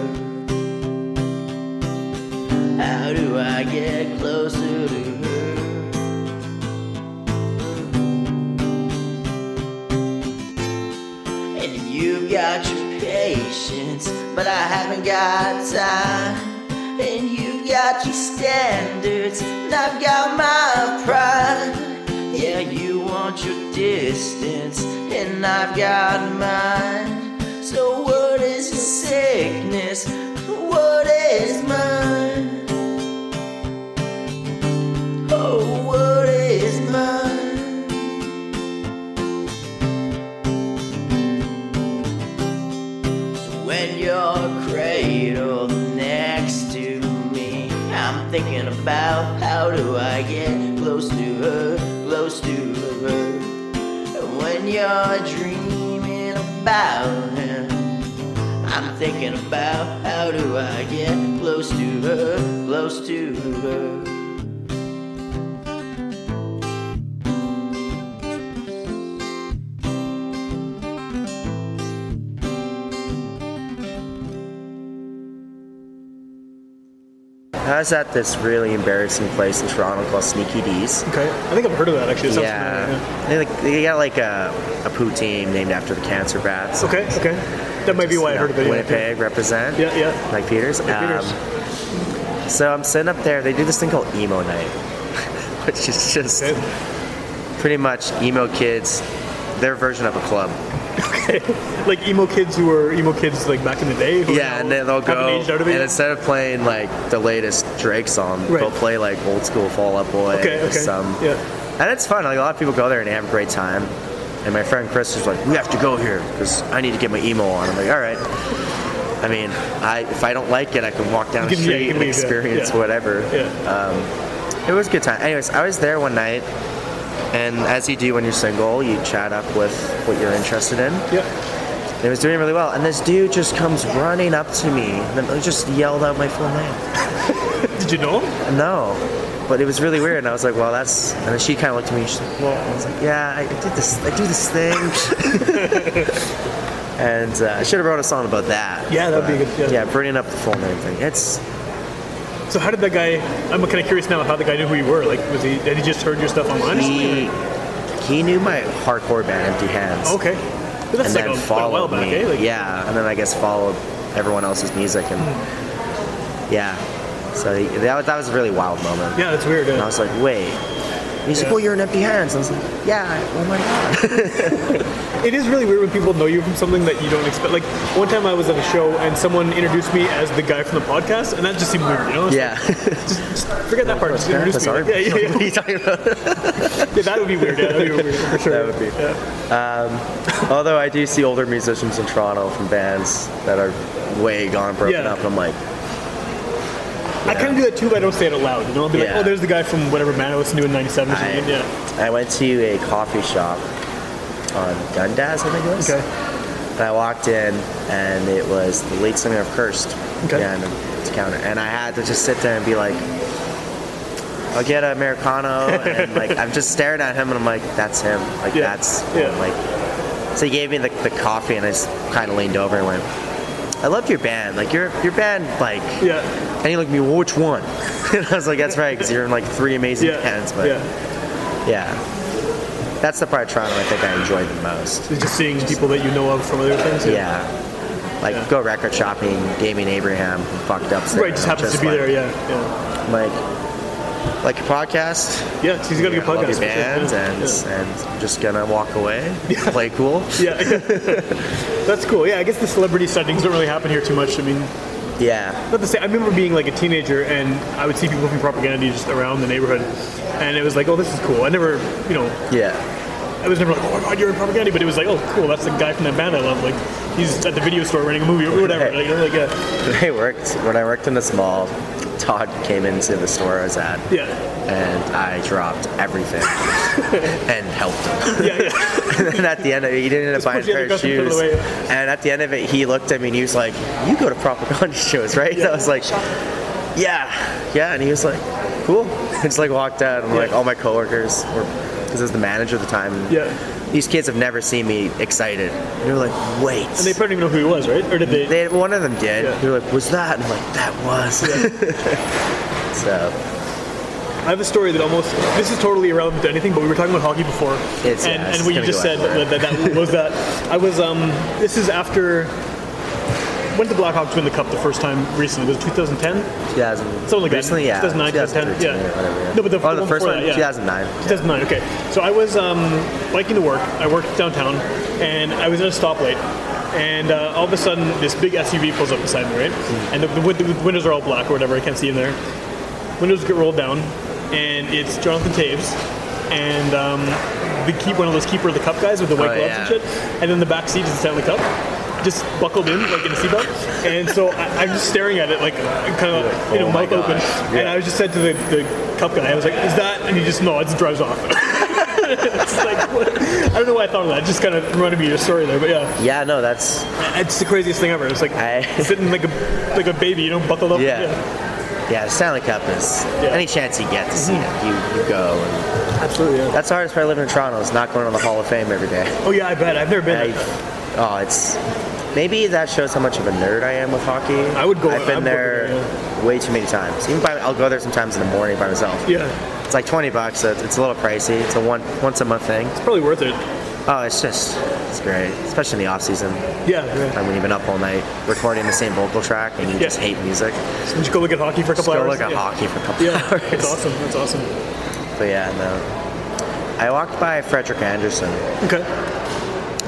G: How do I get closer to her? And you've got your patience, but I haven't got time. And you've got your standards, and I've got my pride. Yeah, you want your distance, and I've got mine. So, what is your sickness? What is mine? Oh, what is mine? when you're cradled next to me. I'm thinking about how do I get close to her, close to her. And when you're dreaming about him, I'm thinking about how do I get close to her, close to her.
F: I was at this really embarrassing place in Toronto called Sneaky D's.
E: okay, I think I've heard of that actually. It sounds familiar,
F: Yeah. They, like, they got like a, a poutine named after the cancer bats.
E: Okay, okay. That might be why I heard of it. yeah.
F: Winnipeg represent.
E: Yeah, yeah.
F: Like Peters. Um,
E: Peters.
F: So I'm sitting up there. They do this thing called emo night, which is just
E: Okay.
F: pretty much emo kids, their version of a club.
E: Like emo kids who were emo kids like back in the day. who
F: Yeah,
E: now
F: and then they'll
E: haven't
F: go
E: aged out of
F: and
E: it.
F: instead of playing like the latest Drake song,
E: Right.
F: they'll play like old school Fall Out Boy
E: Okay,
F: or
E: okay.
F: some.
E: Yeah.
F: And it's fun. Like a lot of people go there and they have a great time. And my friend Chris was like, "We have to go here because I need to get my emo on." I'm like, "All right." I mean, I if I don't like it, I can walk down the
E: You can- yeah,
F: street
E: you can
F: and
E: leave, yeah,
F: experience
E: yeah.
F: whatever.
E: Yeah.
F: Uh, It was a good time. Anyways, I was there one night, and as you do when you're single, you chat up with what you're interested in.
E: yeah.
F: It was doing really well, and this dude just comes running up to me and then just yelled out my full name.
E: Did you know him?
F: No, but it was really weird, and I was like, "Well, that's." And then she kind of looked at me. She's like, "Well," I was like, "Yeah, I did this. I do this thing." and uh, I should have wrote a song about that.
E: Yeah, that'd be
F: but,
E: good, yeah.
F: yeah, bringing up the full name thing. It's
E: So how did that guy? I'm kind of curious now how the guy knew who you were. Like, was he? Had he just heard your stuff online? or something?
F: he. He knew my hardcore band, Empty Hands.
E: Okay. But that's
F: and
E: like
F: then
E: a, like a
F: followed
E: while back,
F: me.
E: eh? Like,
F: yeah, and then I guess followed everyone else's music, and
E: Hmm.
F: yeah. So that, that was a really wild moment.
E: Yeah, that's weird.
F: And I
E: Uh,
F: was like, wait, He's like,
E: Yeah.
F: well, you're in empty hands. I was like, yeah, oh my god.
E: It is really weird when people know you from something that you don't expect. Like one time I was at a show and someone introduced me as the guy from the podcast, and that just seemed weird. You know? It's
F: Yeah.
E: like, Forget that part. Just introduce
F: That's
E: me.
F: our-
E: Yeah, yeah, yeah.
F: What are you talking about?
E: Yeah, that would be weird. Yeah, that would be weird for sure.
F: That would be. Although I do see older musicians in Toronto from bands that are way gone broken
E: Yeah.
F: up. I'm like,
E: I kind of do that too, but I don't say it out loud. You know, I'll be like,
F: Yeah.
E: oh, there's the guy from whatever band I listened to in '97 or
F: I,
E: something. Yeah.
F: I went to a coffee shop on Dundas, I think it was. And I walked in, and it was the lead singer of Cursed.
E: Okay.
F: Yeah, and it's counter. And I had to just sit there and be like, I'll get an Americano. and like, I'm just staring at him, and I'm like, that's him. Like,
E: Yeah.
F: that's
E: Yeah.
F: like. So he gave me the, the coffee, and I just kind of leaned over and went, I love your band. Like, your, your band, like.
E: Yeah.
F: And he looked at me, which one? and I was like, that's right, because you're in like three amazing
E: Yeah.
F: bands. But
E: yeah.
F: yeah. That's the part of Toronto I think I enjoyed the most.
E: It's Just seeing people that you know of from other things.
F: Yeah. Like
E: Yeah.
F: go record shopping, Damien Abraham, fucked up.
E: Right, just happens to be
F: like,
E: there. Yeah. Yeah.
F: Like, like your podcast.
E: Yeah, he's got a good
F: I love
E: podcast.
F: your band, and,
E: yeah.
F: and I'm just gonna walk away, play cool.
E: Yeah. that's cool. Yeah, I guess the celebrity side things don't really happen here too much. I mean,
F: Yeah,
E: not to say I remember being like a teenager and I would see people from propaganda just around the neighborhood, and it was like, oh, this is cool. I never, you know,
F: yeah,
E: I was never like, oh my god, you're in propaganda, but it was like, oh, cool, that's the guy from that band I love. Like, he's at the video store renting a movie or whatever. Like, you know, like, uh,
F: I worked when I worked in the small. Todd came into the store I was at,
E: yeah,
F: and I dropped everything and helped him.
E: yeah, yeah.
F: and then at the end of it, he didn't end up buying a
E: push the
F: pair
E: other
F: of
E: customer to
F: shoes.
E: the way.
F: And at the end of it, he looked at me and he was like, "You go to propaganda shows, right?" And I was like, "Yeah, yeah." And he was like, "Cool." I just like walked out. And like all my coworkers were, because I was the manager at the time. and
E: Yeah.
F: These kids have never seen me excited. And they were like, "Wait."
E: And they probably didn't even know who he was, right? Or did they?
F: They- one of them did.
E: Yeah.
F: They were like, "Was that?" And I'm like, "That was." so
E: I have a story that almost this is totally irrelevant to anything, but we were talking about hockey before,
F: It's-
E: and,
F: yeah,
E: and
F: it's
E: what you
F: gonna
E: just
F: go
E: said
F: everywhere.
E: that, that, that was that I was um this is after when did the Blackhawks win the cup the first time recently? Was it 2010?
F: yeah,
E: Something like that.
F: recently, yeah,
E: 2009, 2010,
F: 2013
E: yeah.
F: or whatever, yeah.
E: No, but the-
F: oh,
E: the
F: the
E: one
F: first
E: before
F: one,
E: that, yeah.
F: 2009.
E: 2009. Okay, so I was um, biking to work. I worked downtown, and I was at a stoplight, and uh, all of a sudden this big SUV pulls up beside me, right?
F: Hmm.
E: And the, the, win- the windows are all black or whatever. I can't see in there. Windows get rolled down, and it's Jonathan Taves, and um, the keep one of those keeper of the cup guys with the white
F: Oh,
E: gloves
F: yeah.
E: and shit, and then the back seat is the Stanley Cup. Just buckled in like in a seatbelt, and so I, I'm just staring at it like kind of you know
F: oh my
E: mouth open,
F: gosh.
E: and I was just said to the, the cup guy, I was like, "Is that?" And he just no, it just drives off. it's like what? I don't know why I thought of that. It just kind of reminded me of your story there, but yeah,
F: Yeah, no, that's
E: it's the craziest thing ever. It's like
F: I-
E: sitting like a like a baby, you know, buckled up.
F: Yeah. Yeah, the Stanley Cup is
E: Yeah. Mm-hmm.
F: any chance you get to see it, you, you go. And
E: absolutely. Yeah.
F: that's the hardest part of living in Toronto is not going to the Hall of Fame every day.
E: Oh yeah, I bet. I've never been.
F: I, oh, it's maybe that shows how much of a nerd I am with hockey.
E: I would go-
F: I've been
E: I'd go
F: there
E: there,
F: way too many times. Even by, I'll go there sometimes in the morning by myself.
E: yeah,
F: It's like twenty bucks. So it's, it's a little pricey. It's a one once a month thing.
E: it's probably worth it.
F: Oh, it's just it's great, especially in the off season.
E: Yeah, yeah.
F: Time when you've been up all night recording the same vocal track and you
E: Yeah.
F: just hate music.
E: Just go look at hockey for a
F: Just
E: couple
F: go
E: hours.
F: look at
E: yeah.
F: hockey for a couple
E: Yeah,
F: hours.
E: that's awesome. That's awesome.
F: But yeah, no. I walked by Frederick Anderson
E: Okay,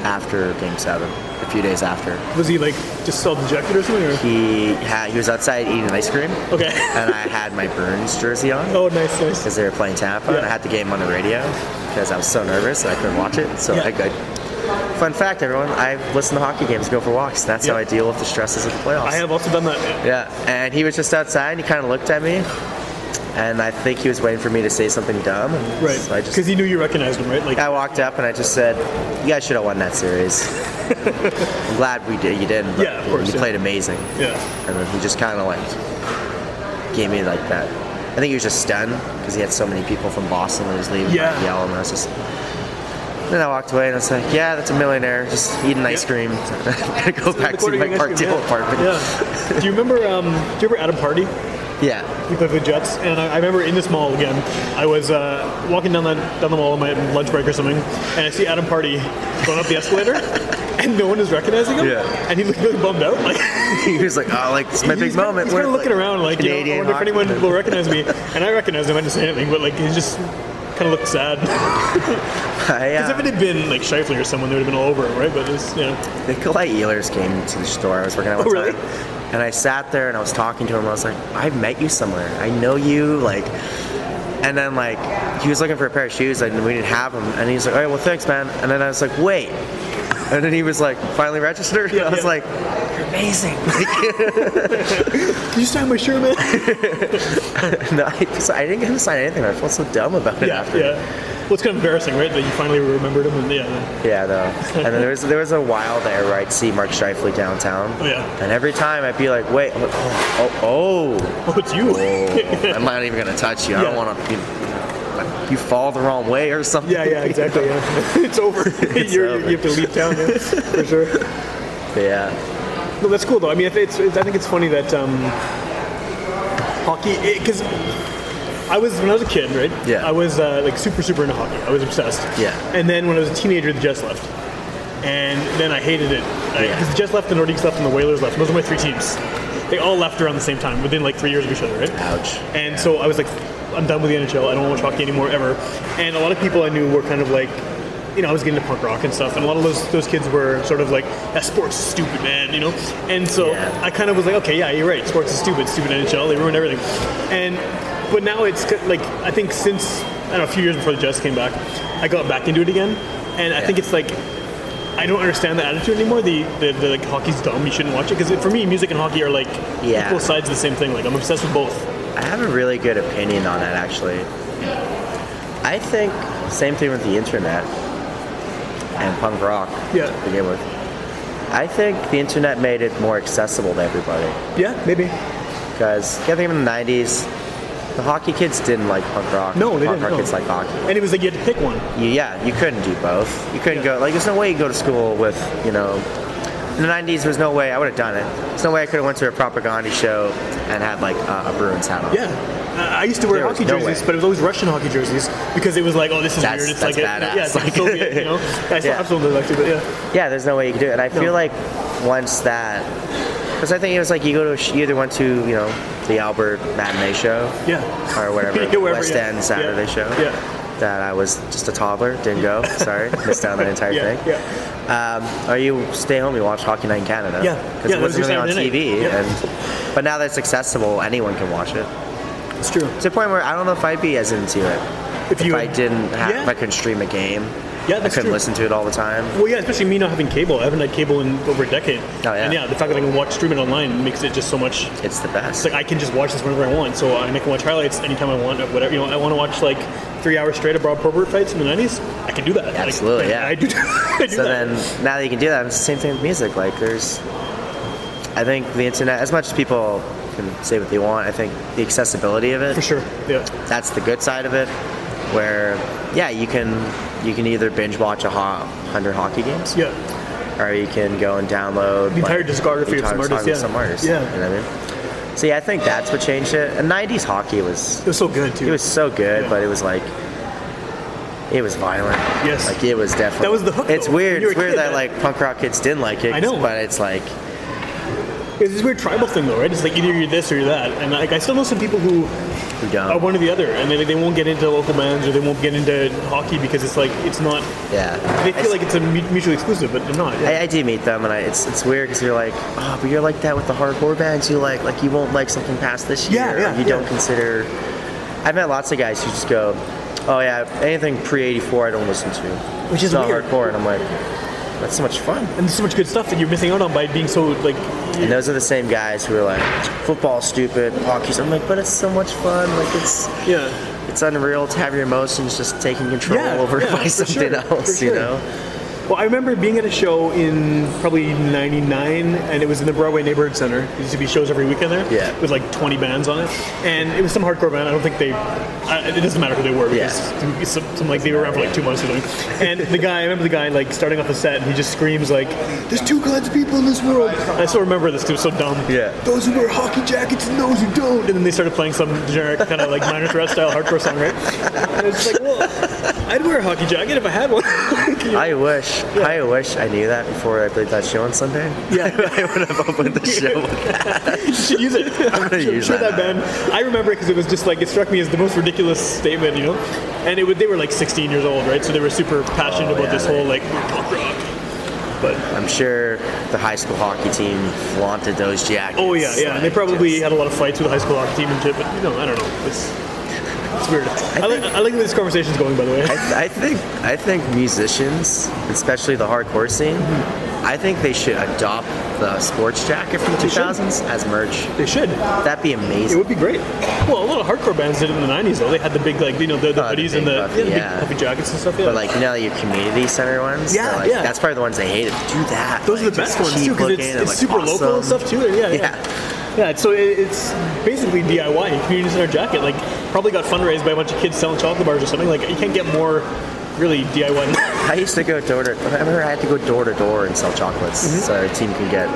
F: after Game Seven, a few days after.
E: was he like just so dejected or something? Or?
F: He had, he was outside eating ice cream,
E: Okay.
F: and I had my Bruins jersey on
E: oh, nice, nice.
F: because they were playing Tampa, and I
E: Yeah.
F: had the game on the radio because I was so nervous that I couldn't watch it. So
E: Yeah.
F: I could. Fun fact, everyone, I listen to hockey games, go for walks. That's how
E: Yeah.
F: I deal with the stresses of the playoffs.
E: I have also done that.
F: Yeah, and he was just outside, and he kind of looked at me, and I think he was waiting for me to say something dumb. and
E: Right,
F: so I
E: because
F: just
E: he knew you recognized him, right? Like,
F: I walked up and I just said, "You guys should have won that series." I'm glad we did. You didn't. but
E: Yeah, of course,
F: You
E: yeah.
F: played amazing,
E: yeah,
F: and then he just kind of like gave me like that. I think he was just stunned because he had so many people from Boston that was leaving
E: Yeah.
F: like, yell, and I was just. Then I walked away and I was like, "Yeah, that's a millionaire just eating ice
E: Yeah.
F: cream." I'm gonna go back to
E: Recording
F: my
E: ice cream,
F: Parkdale
E: yeah.
F: apartment.
E: Yeah. do you remember? Um, do you remember Adam Party?
F: yeah.
E: He played for the Jets, and I, I remember in this mall again. I was uh, walking down the down the mall on my lunch break or something, and I see Adam Party going up the escalator, and no one is recognizing him.
F: Yeah.
E: And he looked really bummed out. Like
F: he was like, "Oh, like it's my big
E: he's kind-
F: moment."
E: He's kind of
F: We're,
E: looking
F: like,
E: around, like you know, I
F: Canadian
E: wonder if
F: hockey
E: anyone
F: fan.
E: will recognize me. And I recognized him. I didn't say anything, but like he's just kind kind of looked sad.
F: I,
E: Because
F: uh,
E: if it had been like Shifley or someone, they would have been all over it, right? But it's you know,
F: Nikolai Ehlers came to the store I was working at one
E: Oh, really?
F: time. And I sat there and I was talking to him. I was like, I've met you somewhere. I know you. Like, and then like he was looking for a pair of shoes and we didn't have them. And he's like, all right, well, thanks, man. And then I was like, wait. And then he was like, finally registered. and I was
E: yeah.
F: like, you're amazing. Like,
E: Can you sign my shirt, man?
F: no, I, so I didn't get him to sign anything. I felt so dumb about it
E: yeah,
F: after.
E: yeah. Well, it's kind of embarrassing, right? That you finally remembered him, and yeah,
F: Yeah, though. And then there was there was a while there where I'd see Mark Shifley downtown.
E: Oh, yeah.
F: And every time I'd be like, wait, I'm like, oh, oh, oh,
E: oh, it's you.
F: oh, I'm not even gonna touch you. I don't
E: Yeah.
F: want to. You, you fall the wrong way or something.
E: yeah, yeah, exactly. Yeah, it's uh, over. You're,
F: over.
E: You have to leave town yeah, for sure.
F: Yeah.
E: No, that's cool though. I mean, if it's, it's I think it's funny that um, hockey because I was when I was a kid, right?
F: Yeah.
E: I was uh, like super super into hockey. I was obsessed.
F: Yeah.
E: And then when I was a teenager, the Jets left, and then I hated it because
F: Yeah.
E: the Jets left, the Nordiques left, and the Whalers left. Those are my three teams. They all left around the same time, within like three years of each other, right?
F: Ouch.
E: And so I was like, I'm done with the NHL. I don't want to watch hockey anymore ever. And a lot of people I knew were kind of like, you know, I was getting into punk rock and stuff, and a lot of those those kids were sort of like, that sports is stupid, man, you know. And so
F: Yeah.
E: I kind of was like, okay, yeah, you're right. Sports is stupid. Stupid NHL. They ruined everything. And but now it's ki- like I think since I don't know a few years before the Jets came back, I got back into it again, and I think it's like. I don't understand that attitude anymore. The, the, the like hockey's dumb. You shouldn't watch it because for me, music and hockey are like
F: Yeah.
E: equal sides of the same thing. Like I'm obsessed with both.
F: I have a really good opinion on that actually. I think same thing with the internet and punk rock
E: Yeah.
F: to begin with. I think the internet made it more accessible to everybody.
E: Yeah, maybe.
F: because yeah, I think in the '90s, the hockey kids didn't like punk rock.
E: No, they
F: punk
E: didn't,
F: rock
E: no.
F: kids like hockey.
E: And it was like you had to pick one.
F: You, yeah, you couldn't do both. You couldn't
E: Yeah.
F: go like there's no way you go to school with you know. In the '90s, there's no way I would have done it. There's no way I could have went to a propaganda show and had like uh, a Bruins hat on.
E: Yeah. Uh, I used to wear
F: There was
E: hockey
F: no
E: jerseys,
F: way.
E: but it was always Russian hockey jerseys because it was like, oh, this is
F: That's-
E: weird. It's
F: that's
E: like
F: badass.
E: A, yeah, it's like,
F: Like-
E: Soviet, you know. I still
F: Yeah.
E: absolutely like it, but yeah.
F: Yeah, there's no way you could do it. And I
E: No.
F: feel like once that, because I think it was like you go to a sh- you either went to you know the Albert matinee show
E: Yeah.
F: or whatever
E: Yeah, wherever,
F: West
E: yeah.
F: End Saturday
E: Yeah.
F: show.
E: Yeah.
F: That I was just a toddler, didn't go. Sorry, missed out on that entire
E: Yeah,
F: thing.
E: yeah.
F: Um, or you stay home, you watch Hockey Night in Canada.
E: Yeah,
F: Because
E: yeah,
F: it
E: that was
F: wasn't
E: your Saturday night.
F: really on TV.
E: Yeah.
F: And, but now that it's accessible, anyone can watch it.
E: It's true.
F: To the point where I don't know if I'd be as into it.
E: If you
F: I didn't have,
E: Yeah.
F: if I couldn't stream a game,
E: Yeah,
F: I
E: that's
F: couldn't
E: true.
F: listen to it all the time.
E: Well, yeah, especially me not having cable. I haven't had cable in over a decade.
F: Oh, yeah.
E: And yeah, the fact that I can watch stream it online makes it just so much.
F: It's the best.
E: It's like I can just watch this whenever I want. So I can watch highlights anytime I want. Whatever you know, I want to watch like three hours straight of Bob Probert fights in the '90s. I can do that. Like,
F: Absolutely, yeah.
E: I do. I do
F: so
E: that.
F: then now that you can do that, it's the same thing with music. Like there's, I think the internet, as much as people can say what they want, I think the accessibility of it,
E: for sure, yeah.
F: that's the good side of it. Where, yeah, you can you can either binge watch a ho- hundred hockey games,
E: Yeah,
F: or you can go and download
E: The entire discography
F: the
E: of some
F: entire
E: artists,
F: discography of
E: yeah.
F: some artists,
E: Yeah.
F: you know what I mean. So yeah, I think that's what changed it. And '90s hockey was
E: it was so good too.
F: it was so good,
E: Yeah.
F: but it was like it was violent.
E: Yes.
F: like it was definitely.
E: That was the hook,
F: It's
E: though. When
F: weird.
E: you were
F: It's
E: a
F: weird
E: kid,
F: that
E: that-
F: like punk rock kids didn't like it.
E: I know.
F: but it's like
E: It's this weird tribal thing, though, right? It's like either you're this or you're that, and like I still know some people who
F: we don't.
E: are one or the other, and they, they won't get into local bands or they won't get into hockey because it's like it's not.
F: yeah,
E: They feel
F: It's-
E: like it's a mu- mutually exclusive, but they're not. Yeah.
F: I, I do meet them, and I, it's it's weird because you're like, oh, but you're like that with the hardcore bands. You like like you won't like something past this year.
E: Yeah, yeah,
F: you don't
E: yeah.
F: consider. I've met lots of guys who just go, oh yeah, anything pre '84 I don't listen to,
E: Which is
F: it's not
E: weird.
F: hardcore, and I'm like, that's so much fun.
E: and there's so much good stuff that you're missing out on by being so like.
F: And those are the same guys who are like, football's stupid, hockey's. I'm like, but it's so much fun. Like it's
E: Yeah.
F: it's unreal to have your emotions just taken control
E: Yeah,
F: over
E: yeah,
F: by
E: for
F: something
E: sure, for
F: else. You
E: sure.
F: know?
E: Well, I remember being at a show in probably '99, and it was in the Broadway Neighborhood Center. There used to be shows every weekend there.
F: Yeah.
E: With like 20 bands on it, and it was some hardcore band. I don't think they. I, it doesn't matter who they were.
F: Yeah.
E: Because some, some like they were around for like two months or something. And the guy, I remember the guy like starting off the set, and he just screams like, "There's two kinds of people in this world." I still remember this because it was so dumb.
F: Yeah.
E: Those who wear hockey jackets and those who don't. And then they started playing some generic kind of like minor threat style hardcore song, right? And it's like, well, I'd wear a hockey jacket if I had one.
F: I wish, I wish I knew that before I played that show on Sunday.
E: Yeah.
F: I would have opened the show. with that.
E: you should use it. I'm
F: gonna use that.
E: band. I remember it because it was just like it struck me as the most ridiculous statement, you know. And it would, they were like 16 years old, right? So they were super passionate
F: Oh,
E: about
F: yeah,
E: this
F: they-
E: whole like punk rock. But
F: I'm sure the high school hockey team flaunted those jackets.
E: oh yeah, yeah. And they
F: Like,
E: probably
F: just-
E: had a lot of fights with the high school hockey team and shit. But you know, I don't know. It's it's weird. I, like I like where this conversation's going, by the way.
F: I think I think musicians, especially the hardcore scene, I think they should adopt the sports jacket from the
E: They should.
F: 2000s as merch.
E: they should.
F: That'd be
E: It
F: amazing.
E: would be great. Well, a lot of hardcore bands did it in the '90s, though. They had the big, like, you know, the, the
F: Oh, the
E: hoodies and
F: big
E: the,
F: puffy,
E: yeah, the big
F: yeah.
E: puffy jackets and stuff. Yeah.
F: but like you know your community center ones,
E: Yeah,
F: They're like,
E: yeah.
F: That's probably the ones they hated. Do that.
E: those are
F: like,
E: the
F: just
E: best ones too,
F: cheap
E: because
F: looking
E: it's,
F: and,
E: it's
F: like,
E: super local and
F: awesome.
E: stuff too. Yeah, yeah. yeah. Yeah, so it, it's basically DIY. A community center jacket, like, probably got fundraised by a bunch of kids selling chocolate bars or something. Like, you can't get more really DIY. than that.
F: I used to go door to. Remember, I had to go door to door and sell chocolates so our team can get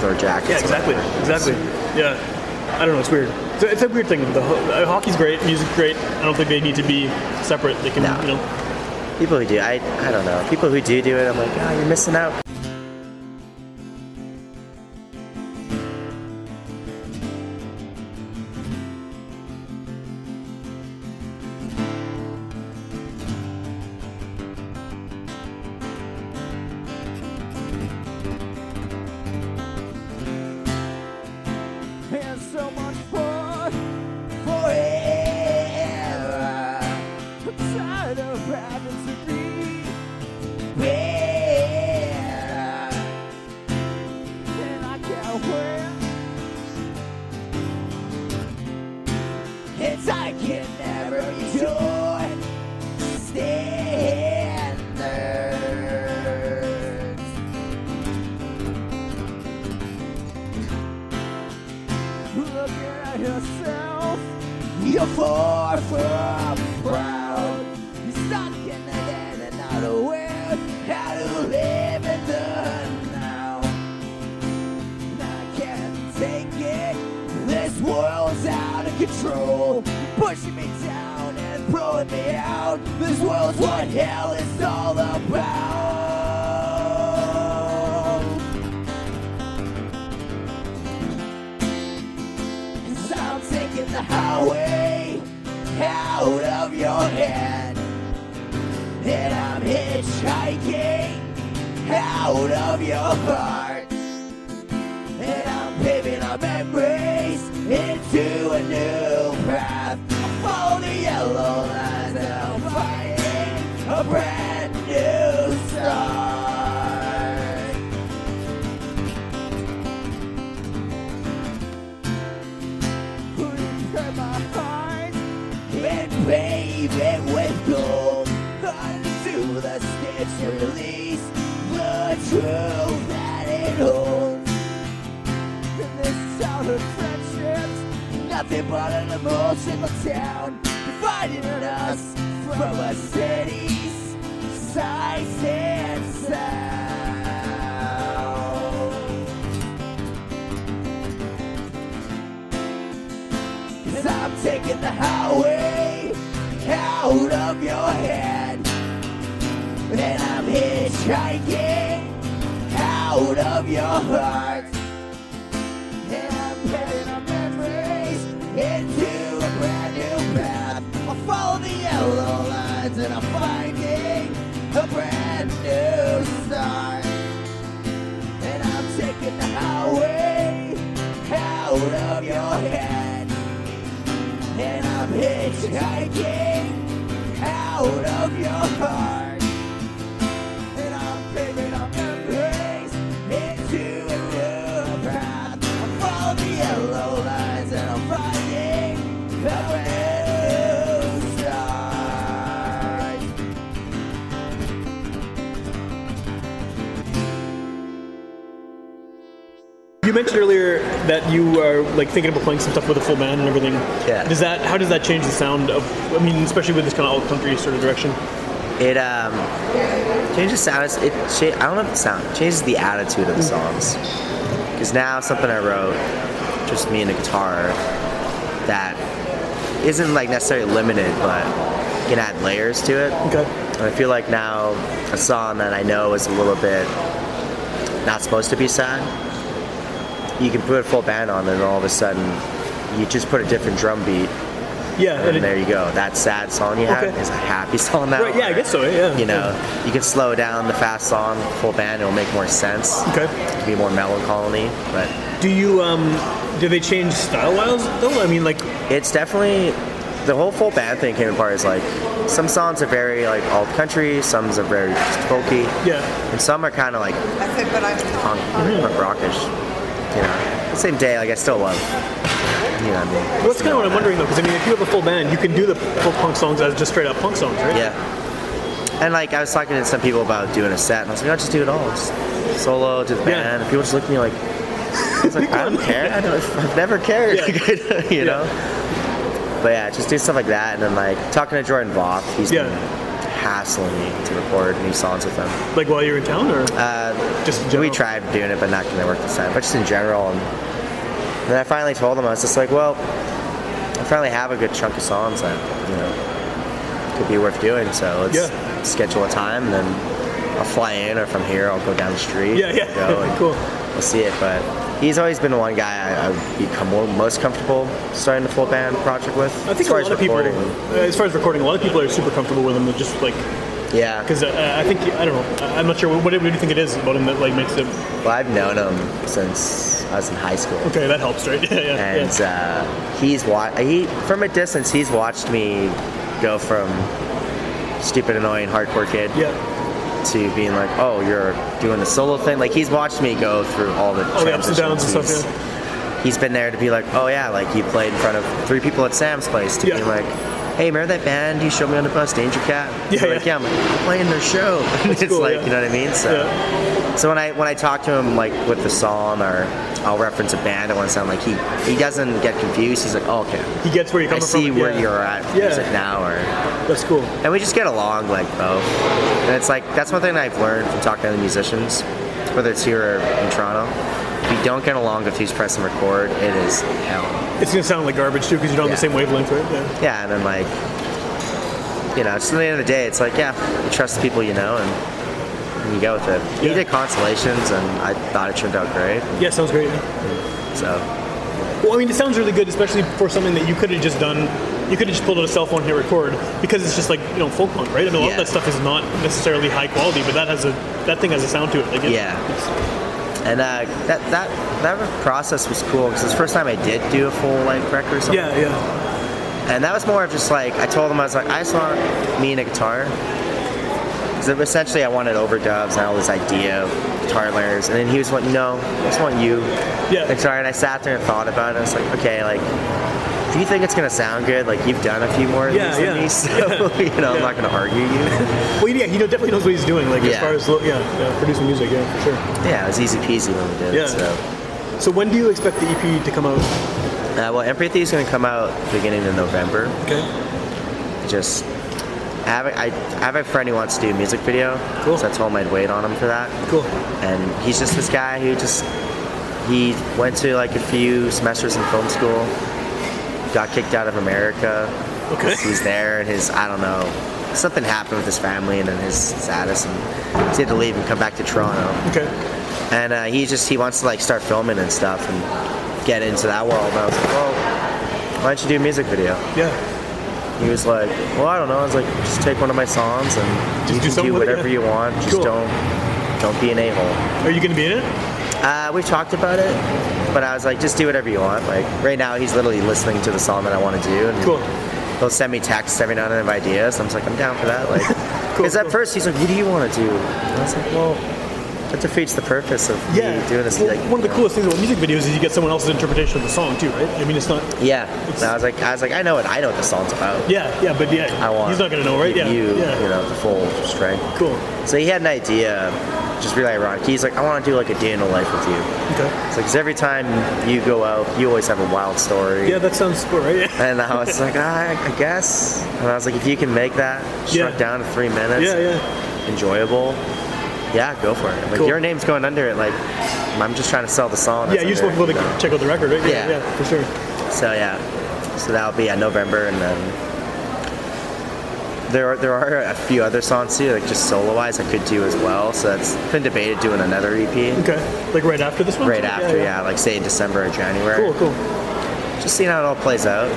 F: their jackets.
E: Mm-hmm. yeah, exactly, exactly. Yeah, I don't know. It's weird. So it's a weird thing. The ho- uh, hockey's great, music's great. I don't think they need to be separate. They can,
F: No.
E: you know,
F: People who do, I, I don't know. People who do do it, I'm like, ah, you're missing out.
G: There's so much fun forever. I'm tired of having to be where, and I can't wait. It's I can never be your standards. Looking at yourself, you're far from proud. You're stuck in the dead and not aware how to live in the now. And I can't take it. This world's out of control, pushing me down and throwing me out. This world's what hell is all about. Cause I'm taking the highway out of your head. And I'm hitchhiking out of your heart. And I'm paving our memories into a new path. I follow the yellow lines and I'm fighting a brand new start. couldn't turn my heart and pave it with gold unto the stitch to release the truth that it holds. In this town of friendships, nothing but an emotional town, dividing us from a city's sights and sounds. Cause I'm taking the highway out of your head. And I'm hitchhiking out of your heart. And I'm heading our memories into a brand new path. I'll follow the yellow lines and I'm finding a brand new start. And I'm taking the highway out of your head. And I'm hitchhiking out of your heart. And I'm paving up memories into a new path. I follow the yellow lines and I'm finding a brand new start.
E: you mentioned earlier that you are like thinking about playing some stuff with a full band and everything.
F: Yeah.
E: Does that? How does that change the sound of? I mean, especially with this kind of old country sort of direction.
F: It um changes sounds. It cha- I don't know if the sound it changes the attitude of the
E: Mm-hmm.
F: songs. Because now something I wrote, just me and a guitar, that isn't like necessarily limited, but can add layers to it.
E: Okay.
F: And I feel like now a song that I know is a little bit not supposed to be sad, you can put a full band on it and all of a sudden you just put a different drum beat
E: Yeah.
F: and
E: And
F: there
E: it,
F: you go. That sad song you have
E: Okay.
F: is a happy song now.
E: right. Yeah, I guess so. Yeah.
F: You know, you can slow down the fast song, full band, it'll make more sense.
E: Okay.
F: It can be more melancholy, but
E: Do you um? Do they change style wise though? I mean, like.
F: it's definitely the whole full band thing came apart is like some songs are very like alt country, some are very folky,
E: Yeah.
F: and some are kind of like
H: I said, but I'm.
F: punk, punk rockish. You know, same day, like I still love. You know what I mean?
E: Well, that's kind of what I'm wondering though, because I mean, if you have a full band, you can do the full punk songs as just straight up punk songs, right?
F: Yeah. And like I was talking to some people about doing a set, and I was like, I'll just do it all, just solo to the
E: Yeah.
F: band. And people just look at me like, I was like, I don't care. I don't, I've never cared. you know. But yeah, just do stuff like that, and then like talking to Jordan Voth, he's
E: Yeah.
F: been hassling me to record new songs with him.
E: Like while you're in town, or
F: Uh,
E: just in general?
F: We tried doing it, but not gonna work this time. But just in general, and then I finally told him I was just like, well, I finally have a good chunk of songs that you know could be worth doing. So let's
E: Yeah.
F: schedule a time, and then I'll fly in, or from here I'll go down the street.
E: Yeah,
F: and
E: yeah.
F: Go and
E: Cool.
F: We'll see it, but he's always been the one guy I, I've become more, most comfortable starting the full band project with.
E: I
F: as
E: think a
F: far
E: lot
F: as
E: of people,
F: recording.
E: uh, as far as recording, a lot of people are super comfortable with them. They're just like,
F: Yeah,
E: because uh, I think I don't know, I- I'm not sure what, what do you think it is about him that like makes it.
F: well, I've known him since I was in high school.
E: Okay, that helps, right? yeah, yeah,
F: and
E: yeah.
F: uh, he's wa- he from a distance he's watched me go from stupid annoying hardcore kid
E: yeah.
F: to being like oh you're doing the solo thing like he's watched me go through all the
E: All the ups and downs and
F: transitions.
E: stuff. Yeah.
F: he's, he's been there to be like oh yeah like you played in front of three people at sam's place to
E: Yeah.
F: be like hey remember that band you showed me on the bus danger cat
E: Yeah,
F: They're like,
E: yeah.
F: yeah i'm like, "We're playing their show it's
E: cool,
F: like
E: yeah.
F: you know what i mean so
E: Yeah.
F: so when I when I talk to him like with the song or I'll reference a band, I want to sound like he he doesn't get confused. He's like, oh, okay,
E: He gets where you're
F: I
E: coming from.
F: see where
E: yeah.
F: you're at
E: Yeah.
F: yeah. music now, or
E: That's cool.
F: and we just get along like both. And it's like that's one thing I've learned from talking to other musicians, whether it's here or in Toronto. If you don't get along with who's pressing record, it is hell.
E: It's gonna sound like garbage too, because you're not on the
F: Yeah.
E: same wavelength, right? Yeah.
F: Yeah, and then like you know, just at the end of the day, it's like yeah, you trust the people you know and. You go with it.
E: Yeah.
F: He did consolations, and I thought it turned out great.
E: Yeah, sounds great.
F: So
E: Well, I mean, it sounds really good, especially for something that you could have just done. You could have just pulled out a cell phone, hit record, because it's just like you know folk punk, right? I mean, a lot of
F: Yeah.
E: that stuff is not necessarily high quality, but that has a that thing has a sound to it. Like, it-
F: Yeah.
E: it's-
F: And uh, that that that process was cool because it's the first time I did do a full length record or something.
E: yeah, yeah,
F: And that was more of just like I told them I was like I saw me and a guitar. Because essentially I wanted overdubs and all this idea of guitar layers, and then he was like, "No, I just want you."
E: Yeah.
F: Like, sorry, and I sat there and thought about it. I was like, "Okay, like, if you think it's gonna sound good, like you've done a few more of
E: Yeah,
F: these
E: yeah.
F: than me, so you know I'm not gonna argue you."
E: Well, yeah, he know- definitely knows what he's doing. Like as
F: Yeah.
E: far as lo- yeah, yeah, producing music, yeah, for sure.
F: yeah, it was easy peasy when we did
E: Yeah.
F: it. So.
E: So when do you expect the EP to come out?
F: Uh, well, Empathy is going to come out beginning of November.
E: Okay.
F: Just I have a, I, I have a friend who wants to do a music video,
E: Cool.
F: so I told him I'd wait on him for that.
E: Cool.
F: And he's just this guy who just he went to like a few semesters in film school, got kicked out of America.
E: Okay.
F: He's there, and his I don't know something happened with his family and then his status, and he had to leave and come back to Toronto
E: Okay.
F: and uh, he just he wants to like start filming and stuff and get into that world. And I was like, well, why don't you do a music video?
E: Yeah.
F: He was like, well, I don't know. I was like, just take one of my songs
E: Just
F: and
E: do
F: you can
E: something
F: do
E: with it,
F: whatever
E: yeah.
F: you want. Just
E: Cool.
F: don't don't be an a hole.
E: Are you gonna be in it?
F: Uh, we've talked about it, but I was like, just do whatever you want. Like right now, he's literally listening to the song that I want to do. And
E: Cool.
F: He'll send me texts every now and then of ideas. I'm just like, I'm down for that. Like,
E: Cool,
F: because
E: cool.
F: at first he's like, what do you want to do? And I was like, well, that defeats the purpose of me doing this.
E: Well,
F: like,
E: one of
F: you
E: the
F: know.
E: coolest things about music videos is you get someone else's interpretation of the song too, right? I mean, it's not.
F: Yeah.
E: It's-
F: And I was like, I was like, I know what I know what the song's about.
E: Yeah, yeah, but yeah,
F: I want.
E: he's not gonna know, right? Yeah,
F: You,
E: yeah.
F: you know, the full strength.
E: Cool.
F: So he had an idea, just really ironic. He's like, I want to do like a day in the life with you.
E: Okay.
F: It's like, 'cause every time you go out, you always have a wild story.
E: Yeah, that sounds cool, right? Yeah.
F: And I was like, "Ah, I, I guess. And I was like, if you can make that
E: Yeah.
F: shrunk down to three minutes,
E: Yeah, yeah.
F: enjoyable, yeah, go for it. Like
E: Cool.
F: your name's going under it. Like I'm just trying to sell the song.
E: Yeah,
F: that's
E: you just
F: under
E: want
F: it,
E: people to
F: you know?
E: check out the record, right?
F: Yeah.
E: yeah for sure.
F: So yeah, so that'll be yeah, November, and then There are there are a few other songs too, like just solo wise, I could do as well. So that's been debated doing another EP
E: Okay. Like right after this one.
F: right after, yeah, like say in December or January.
E: Cool, cool.
F: Just seeing how it all plays out.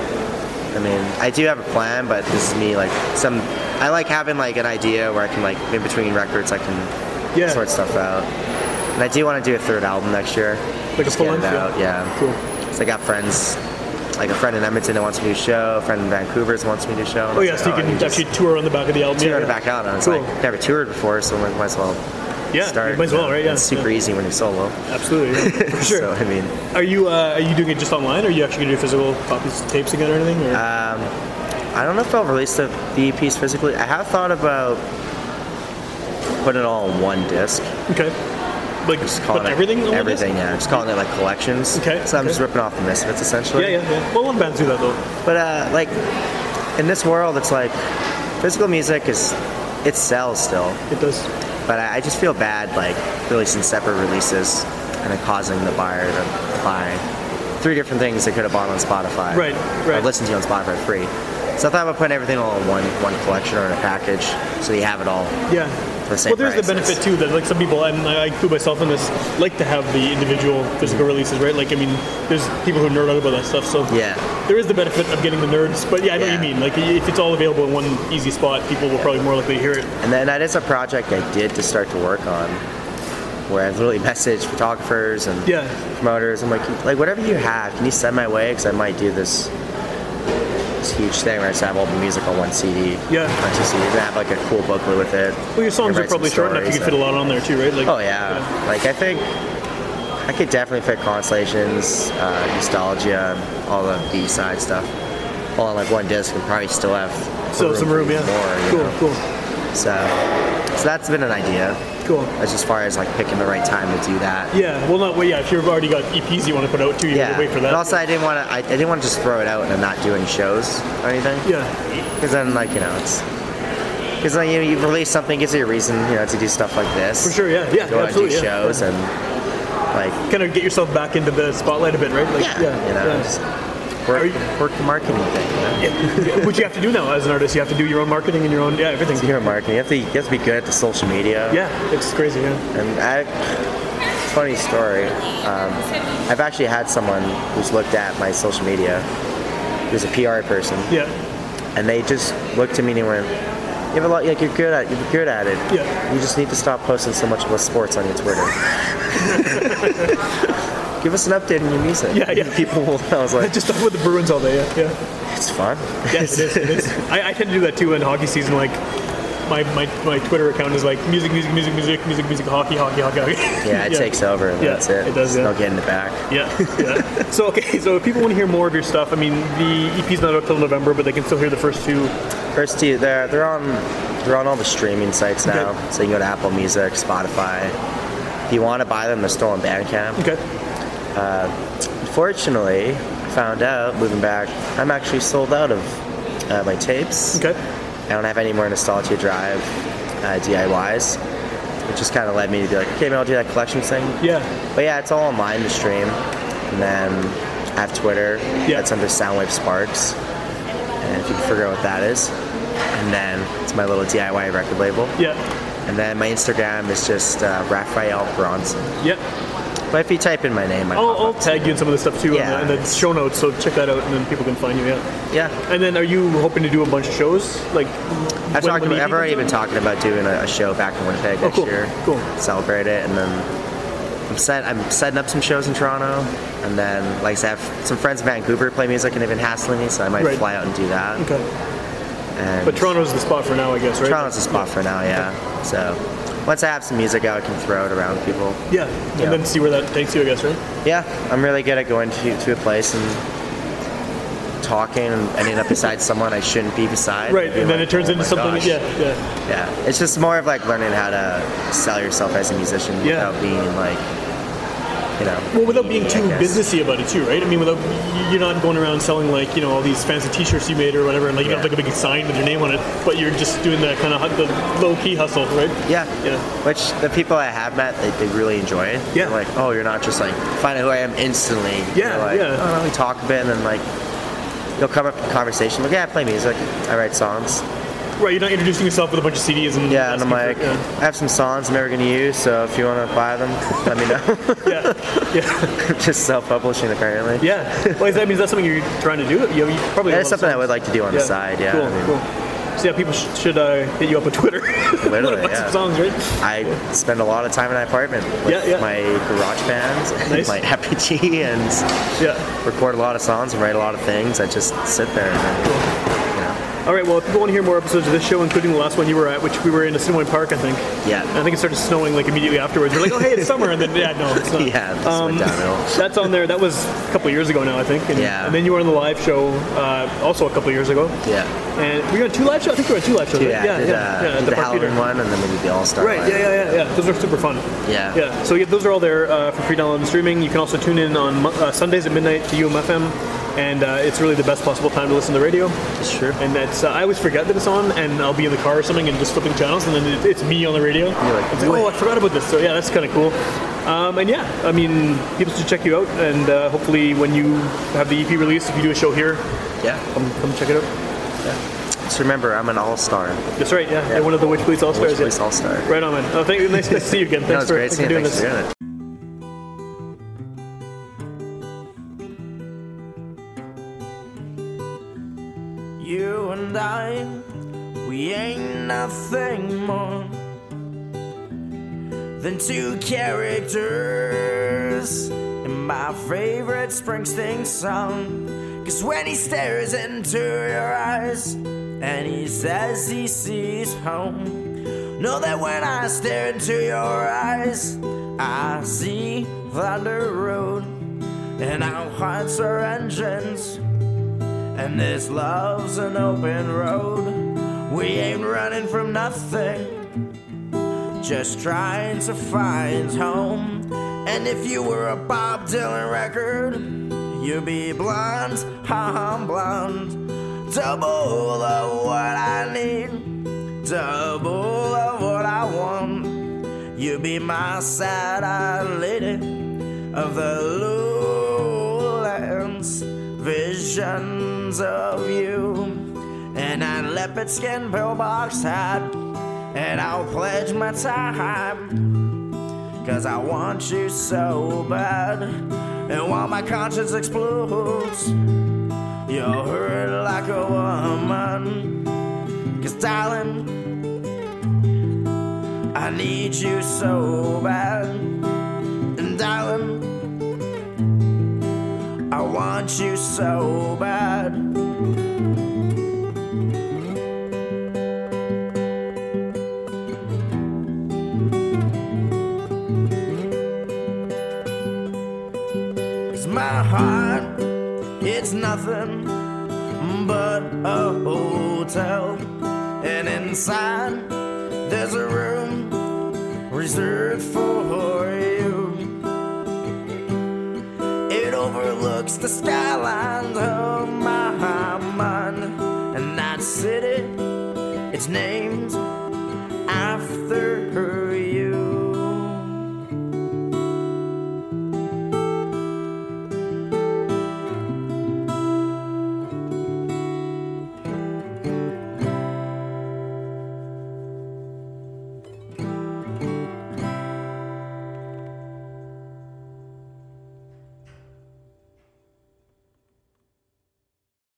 F: I mean, I do have a plan, but this is me like some. I like having like an idea where I can like in between records I can
E: Yeah.
F: sort stuff out. And I do want to do a third album next year.
E: Like a
F: Just
E: full
F: get it
E: length.
F: out, yeah.
E: Cool.
F: So I got friends, like a friend in Edmonton that wants me to do a show, a friend in Vancouver that wants me to do a show.
E: Oh yeah, so you can
F: uh, just
E: actually tour on the back of the album.
F: tour
E: yeah,
F: it
E: yeah.
F: back out. And I was
E: Cool.
F: like, never toured before, so might might as well
E: yeah,
F: start.
E: you might as well, right? Yeah.
F: It's super
E: yeah.
F: easy when you're solo.
E: Absolutely. Yeah. For sure.
F: So I mean,
E: Are you uh, are you doing it just online, or are you actually gonna do physical copies, tapes again, or anything? Or?
F: Uh, I don't know if I'll release the, the EPs physically. I have thought about putting it all in one disc.
E: okay. Like
F: Just
E: but
F: calling it
E: everything. on the disc?
F: Everything, yeah. Just calling it like collections.
E: Okay,
F: So I'm
E: okay.
F: just ripping off the Misfits essentially.
E: Yeah, yeah, yeah. Well, a lot of bands do that though.
F: But uh, like in this world, it's like physical music is it sells still.
E: It does.
F: But I, I just feel bad like releasing separate releases and then causing the buyer to buy three different things they could have bought on Spotify.
E: Right, right.
F: Or listened to on Spotify for free. So I thought about putting everything all in one one collection or in a package, so you have it all.
E: Yeah.
F: For the same
E: well, there's the
F: prices.
E: benefit too that like some people, and I I include myself in this, like to have the individual physical releases, right? Like I mean, there's people who nerd out about that stuff, so
F: Yeah.
E: there is the benefit of getting the nerds. But yeah, I know what
F: Yeah.
E: you mean. Like if it's all available in one easy spot, people will probably more likely to hear it.
F: And then that is a project I did to start to work on, where I've literally messaged photographers and
E: Yeah.
F: promoters. I'm like, like whatever you have, can you send my way? Because I might do this this huge thing where I just have all the music on one CD.
E: Yeah.
F: On two CDs and have like a cool booklet with it.
E: Well, your songs
F: Write
E: are
F: some
E: probably short enough you
F: stories
E: can fit a lot
F: and-
E: on there too, right? Like
F: Oh yeah. Like I think I could definitely fit constellations, uh, nostalgia, all the B side stuff. All on like one disc and probably still have
E: So some room,
F: for
E: yeah.
F: More, you
E: cool,
F: know?
E: cool,
F: So, so that's been an idea
E: cool.
F: as as far as like picking the right time to do that.
E: Yeah, well, not well, yeah. If you've already got EPs you want to put out too, you have
F: Yeah.
E: to wait for that.
F: And also, I didn't want to. I, I didn't want to just throw it out and then not do any shows or anything.
E: yeah,
F: Because then, like you know, it's because like you know, you release something gives you a reason you know to do stuff like this.
E: for sure. Yeah, yeah,
F: Go out and do
E: absolutely. yeah.
F: shows and like
E: kind of get yourself back into the spotlight a bit, right? Like,
F: yeah, you know, just
E: Are
F: work,
E: you-
F: work the marketing thing. You know?
E: yeah. Which you have to do now as an artist. You have to do your own marketing and your own yeah everything.
F: You're in marketing. You have to you have to be good at the social media.
E: Yeah, it's crazy. Yeah.
F: And I, funny story. Um, I've actually had someone who's looked at my social media, who's a PR person,
E: Yeah.
F: and they just looked at me and went, "You have a lot. Like you're good at. You're good at it.
E: Yeah.
F: You just need to stop posting so much about sports on your Twitter." Give us an update on your music.
E: Yeah, yeah.
F: People will. I was
E: I
F: like,
E: just talk with the Bruins all day. Yeah. Yeah.
F: it's fun.
E: Yes, it is. It is. I, I tend to do that too in hockey season. Like. My, my, my Twitter account is like music, music, music, music, music, music, hockey, hockey, hockey, hockey.
F: yeah, it takes over. And
E: Yeah,
F: that's it.
E: it does, yeah.
F: They'll get in the back.
E: Yeah, yeah. so okay, so if people want to hear more of your stuff, I mean, the EP's not out till November, but they can still hear the first two.
F: First two, they're they're on they're on all the streaming sites now.
E: Okay.
F: So you can go to Apple Music, Spotify. If you want to buy them, they're still on Bandcamp.
E: Okay.
F: Fortunately, I found out moving back, I'm actually sold out of uh, my tapes.
E: Okay.
F: I don't have any more Nostalgia Drive uh, DIYs, which just kind of led me to be like, okay, maybe I'll do that collection thing.
E: Yeah.
F: But yeah, it's all online to stream. And then I have Twitter.
E: Yeah.
F: That's under Soundwave Sparks. And if you can figure out what that is. And then it's my little DIY record label.
E: Yeah.
F: And then my Instagram is just uh, Raphael Bronson.
E: Yeah.
F: But if you type in my name, I
E: I'll,
F: pop
E: I'll
F: up.
E: tag you in some of the stuff too
F: Yeah.
E: in, the, in the show notes, so check that out, and then people can find you. Yeah.
F: Yeah.
E: And then, are you hoping to do a bunch of shows? Like,
F: I've,
E: when-
F: talked,
E: when the
F: I've
E: EP
F: already been
E: comes out?
F: talking about doing a, a show back in Winnipeg
E: Oh,
F: next
E: cool.
F: year.
E: Cool.
F: Celebrate it, and then I'm set. I'm setting up some shows in Toronto, and then like I said, I have some friends in Vancouver play music, and they've been hassling me, so I might
E: Right.
F: fly out and do that.
E: Okay.
F: And
E: But Toronto's the spot for now, I guess, right?
F: Toronto's a spot for now, yeah. So once I have some music out, I can throw it around people.
E: Yeah.
F: Yeah.
E: And then see where that takes you, I guess, right?
F: Yeah, I'm really good at going to, to a place and talking and ending up beside someone I shouldn't be beside.
E: Right.
F: Being
E: And then
F: like,
E: it turns
F: "Oh
E: into
F: my
E: something.
F: gosh."
E: Yeah. Yeah.
F: Yeah, it's just more of like learning how to sell yourself as a musician
E: Yeah.
F: without being like, you know.
E: Well, without being
F: I
E: too
F: guess.
E: businessy about it, too, right? I mean, without you're not going around selling like you know all these fancy T-shirts you made or whatever, and like you don't have like a big sign with your name on it, but you're just doing that kind of the low key hustle, right?
F: Yeah.
E: Yeah.
F: Which the people I have met, they, they really enjoy it.
E: Yeah.
F: They're like, oh, you're not just like, find out who I am instantly.
E: Yeah,
F: You're like,
E: yeah.
F: Oh, we talk a bit and then like, you'll come up in conversation. Like, yeah, I play music. I write songs.
E: Right, you're not introducing yourself with a bunch of CDs and
F: Yeah, and I'm
E: asking Mm, for-
F: like, I have some songs I'm never gonna use, so if you wanna buy them, let me know.
E: yeah, yeah, yeah.
F: Just self-publishing apparently.
E: yeah. Well, that means that's something you're trying to do. You, you probably have a lot
F: That's
E: of
F: something I
E: songs.
F: would like to do on the side. Yeah.
E: Cool,
F: I mean,
E: cool. So yeah, people sh- should uh, hit you up on Twitter.
F: Literally,
E: About
F: yeah.
E: some songs, right?
F: I spend a lot of time in my apartment with
E: Yeah, yeah.
F: my garage bands and
E: Nice.
F: my Happy Tea and
E: Yeah.
F: record a lot of songs and write a lot of things. I just sit there and then,
E: All right. Well, if people want to hear more episodes of this show, including the last one you were at, which we were in a Cinnamon Park, I think.
F: Yeah.
E: And I think it started snowing like immediately afterwards. We're like, oh hey, it's summer, and then yeah, no, it's not. Um,
F: you know. yeah, this went downhill.
E: That's on there. That was a couple years ago now, I think. And,
F: Yeah.
E: and then you were on the live show, uh, also a couple years ago.
F: Yeah.
E: And we were on two live shows. I think we were on two live shows.
F: Yeah,
E: right?
F: I did, uh,
E: at
F: did the,
E: Park
F: Halloween
E: Theater.
F: one and then we did the All Star.
E: Right, yeah, yeah, yeah, yeah. Those are super fun.
F: Yeah.
E: Yeah, so yeah, those are all there uh, for free download and streaming. You can also tune in on Mo- uh, Sundays at midnight to UMFM, and uh, it's really the best possible time to listen to the radio.
F: Sure.
E: And that's, uh, I always forget that it's on, and I'll be in the car or something and just flipping channels, and then it, it's me on the radio.
F: You're like,
E: it's like, oh, I
F: "Wait."
E: forgot about this. So yeah, that's kind of cool. Um, and yeah, I mean, people should check you out, and uh, hopefully when you have the EP released, if you do a show here,
F: Yeah.
E: come, come check it out.
F: Just remember, I'm an All Star.
E: That's right, yeah. And one of the Witch Police All-Stars. yeah.
F: All Star.
E: Right on, man. Oh, thank you. Nice to see you again.
F: That
E: Thanks
F: was
E: for,
F: great
E: thanks for
F: seeing you.
E: doing
F: Thanks
E: this.
F: for doing it.
G: You and I, we ain't nothing more than two characters in my favorite Springsteen song. Cause when he stares into your eyes and he says he sees home, know that when I stare into your eyes, I see Thunder Road and our hearts are engines. And this love's an open road. We ain't running from nothing, just trying to find home. And if you were a Bob Dylan record, you'd be blonde, ha i blonde. Double of what I need, double of what I want. You'd be my sad eyed lady of the lowlands, visions of you, and a leopard skin pillbox hat, and I'll pledge my time, cause I want you so bad, and while my conscience explodes, you'll hurt like a woman, cause darling, I need you so bad. And darling, I want you so bad. Cause my heart, it's nothing but a hotel. And inside, there's a room reserved for you. It overlooks the skyline of my mind, and that city, it's named after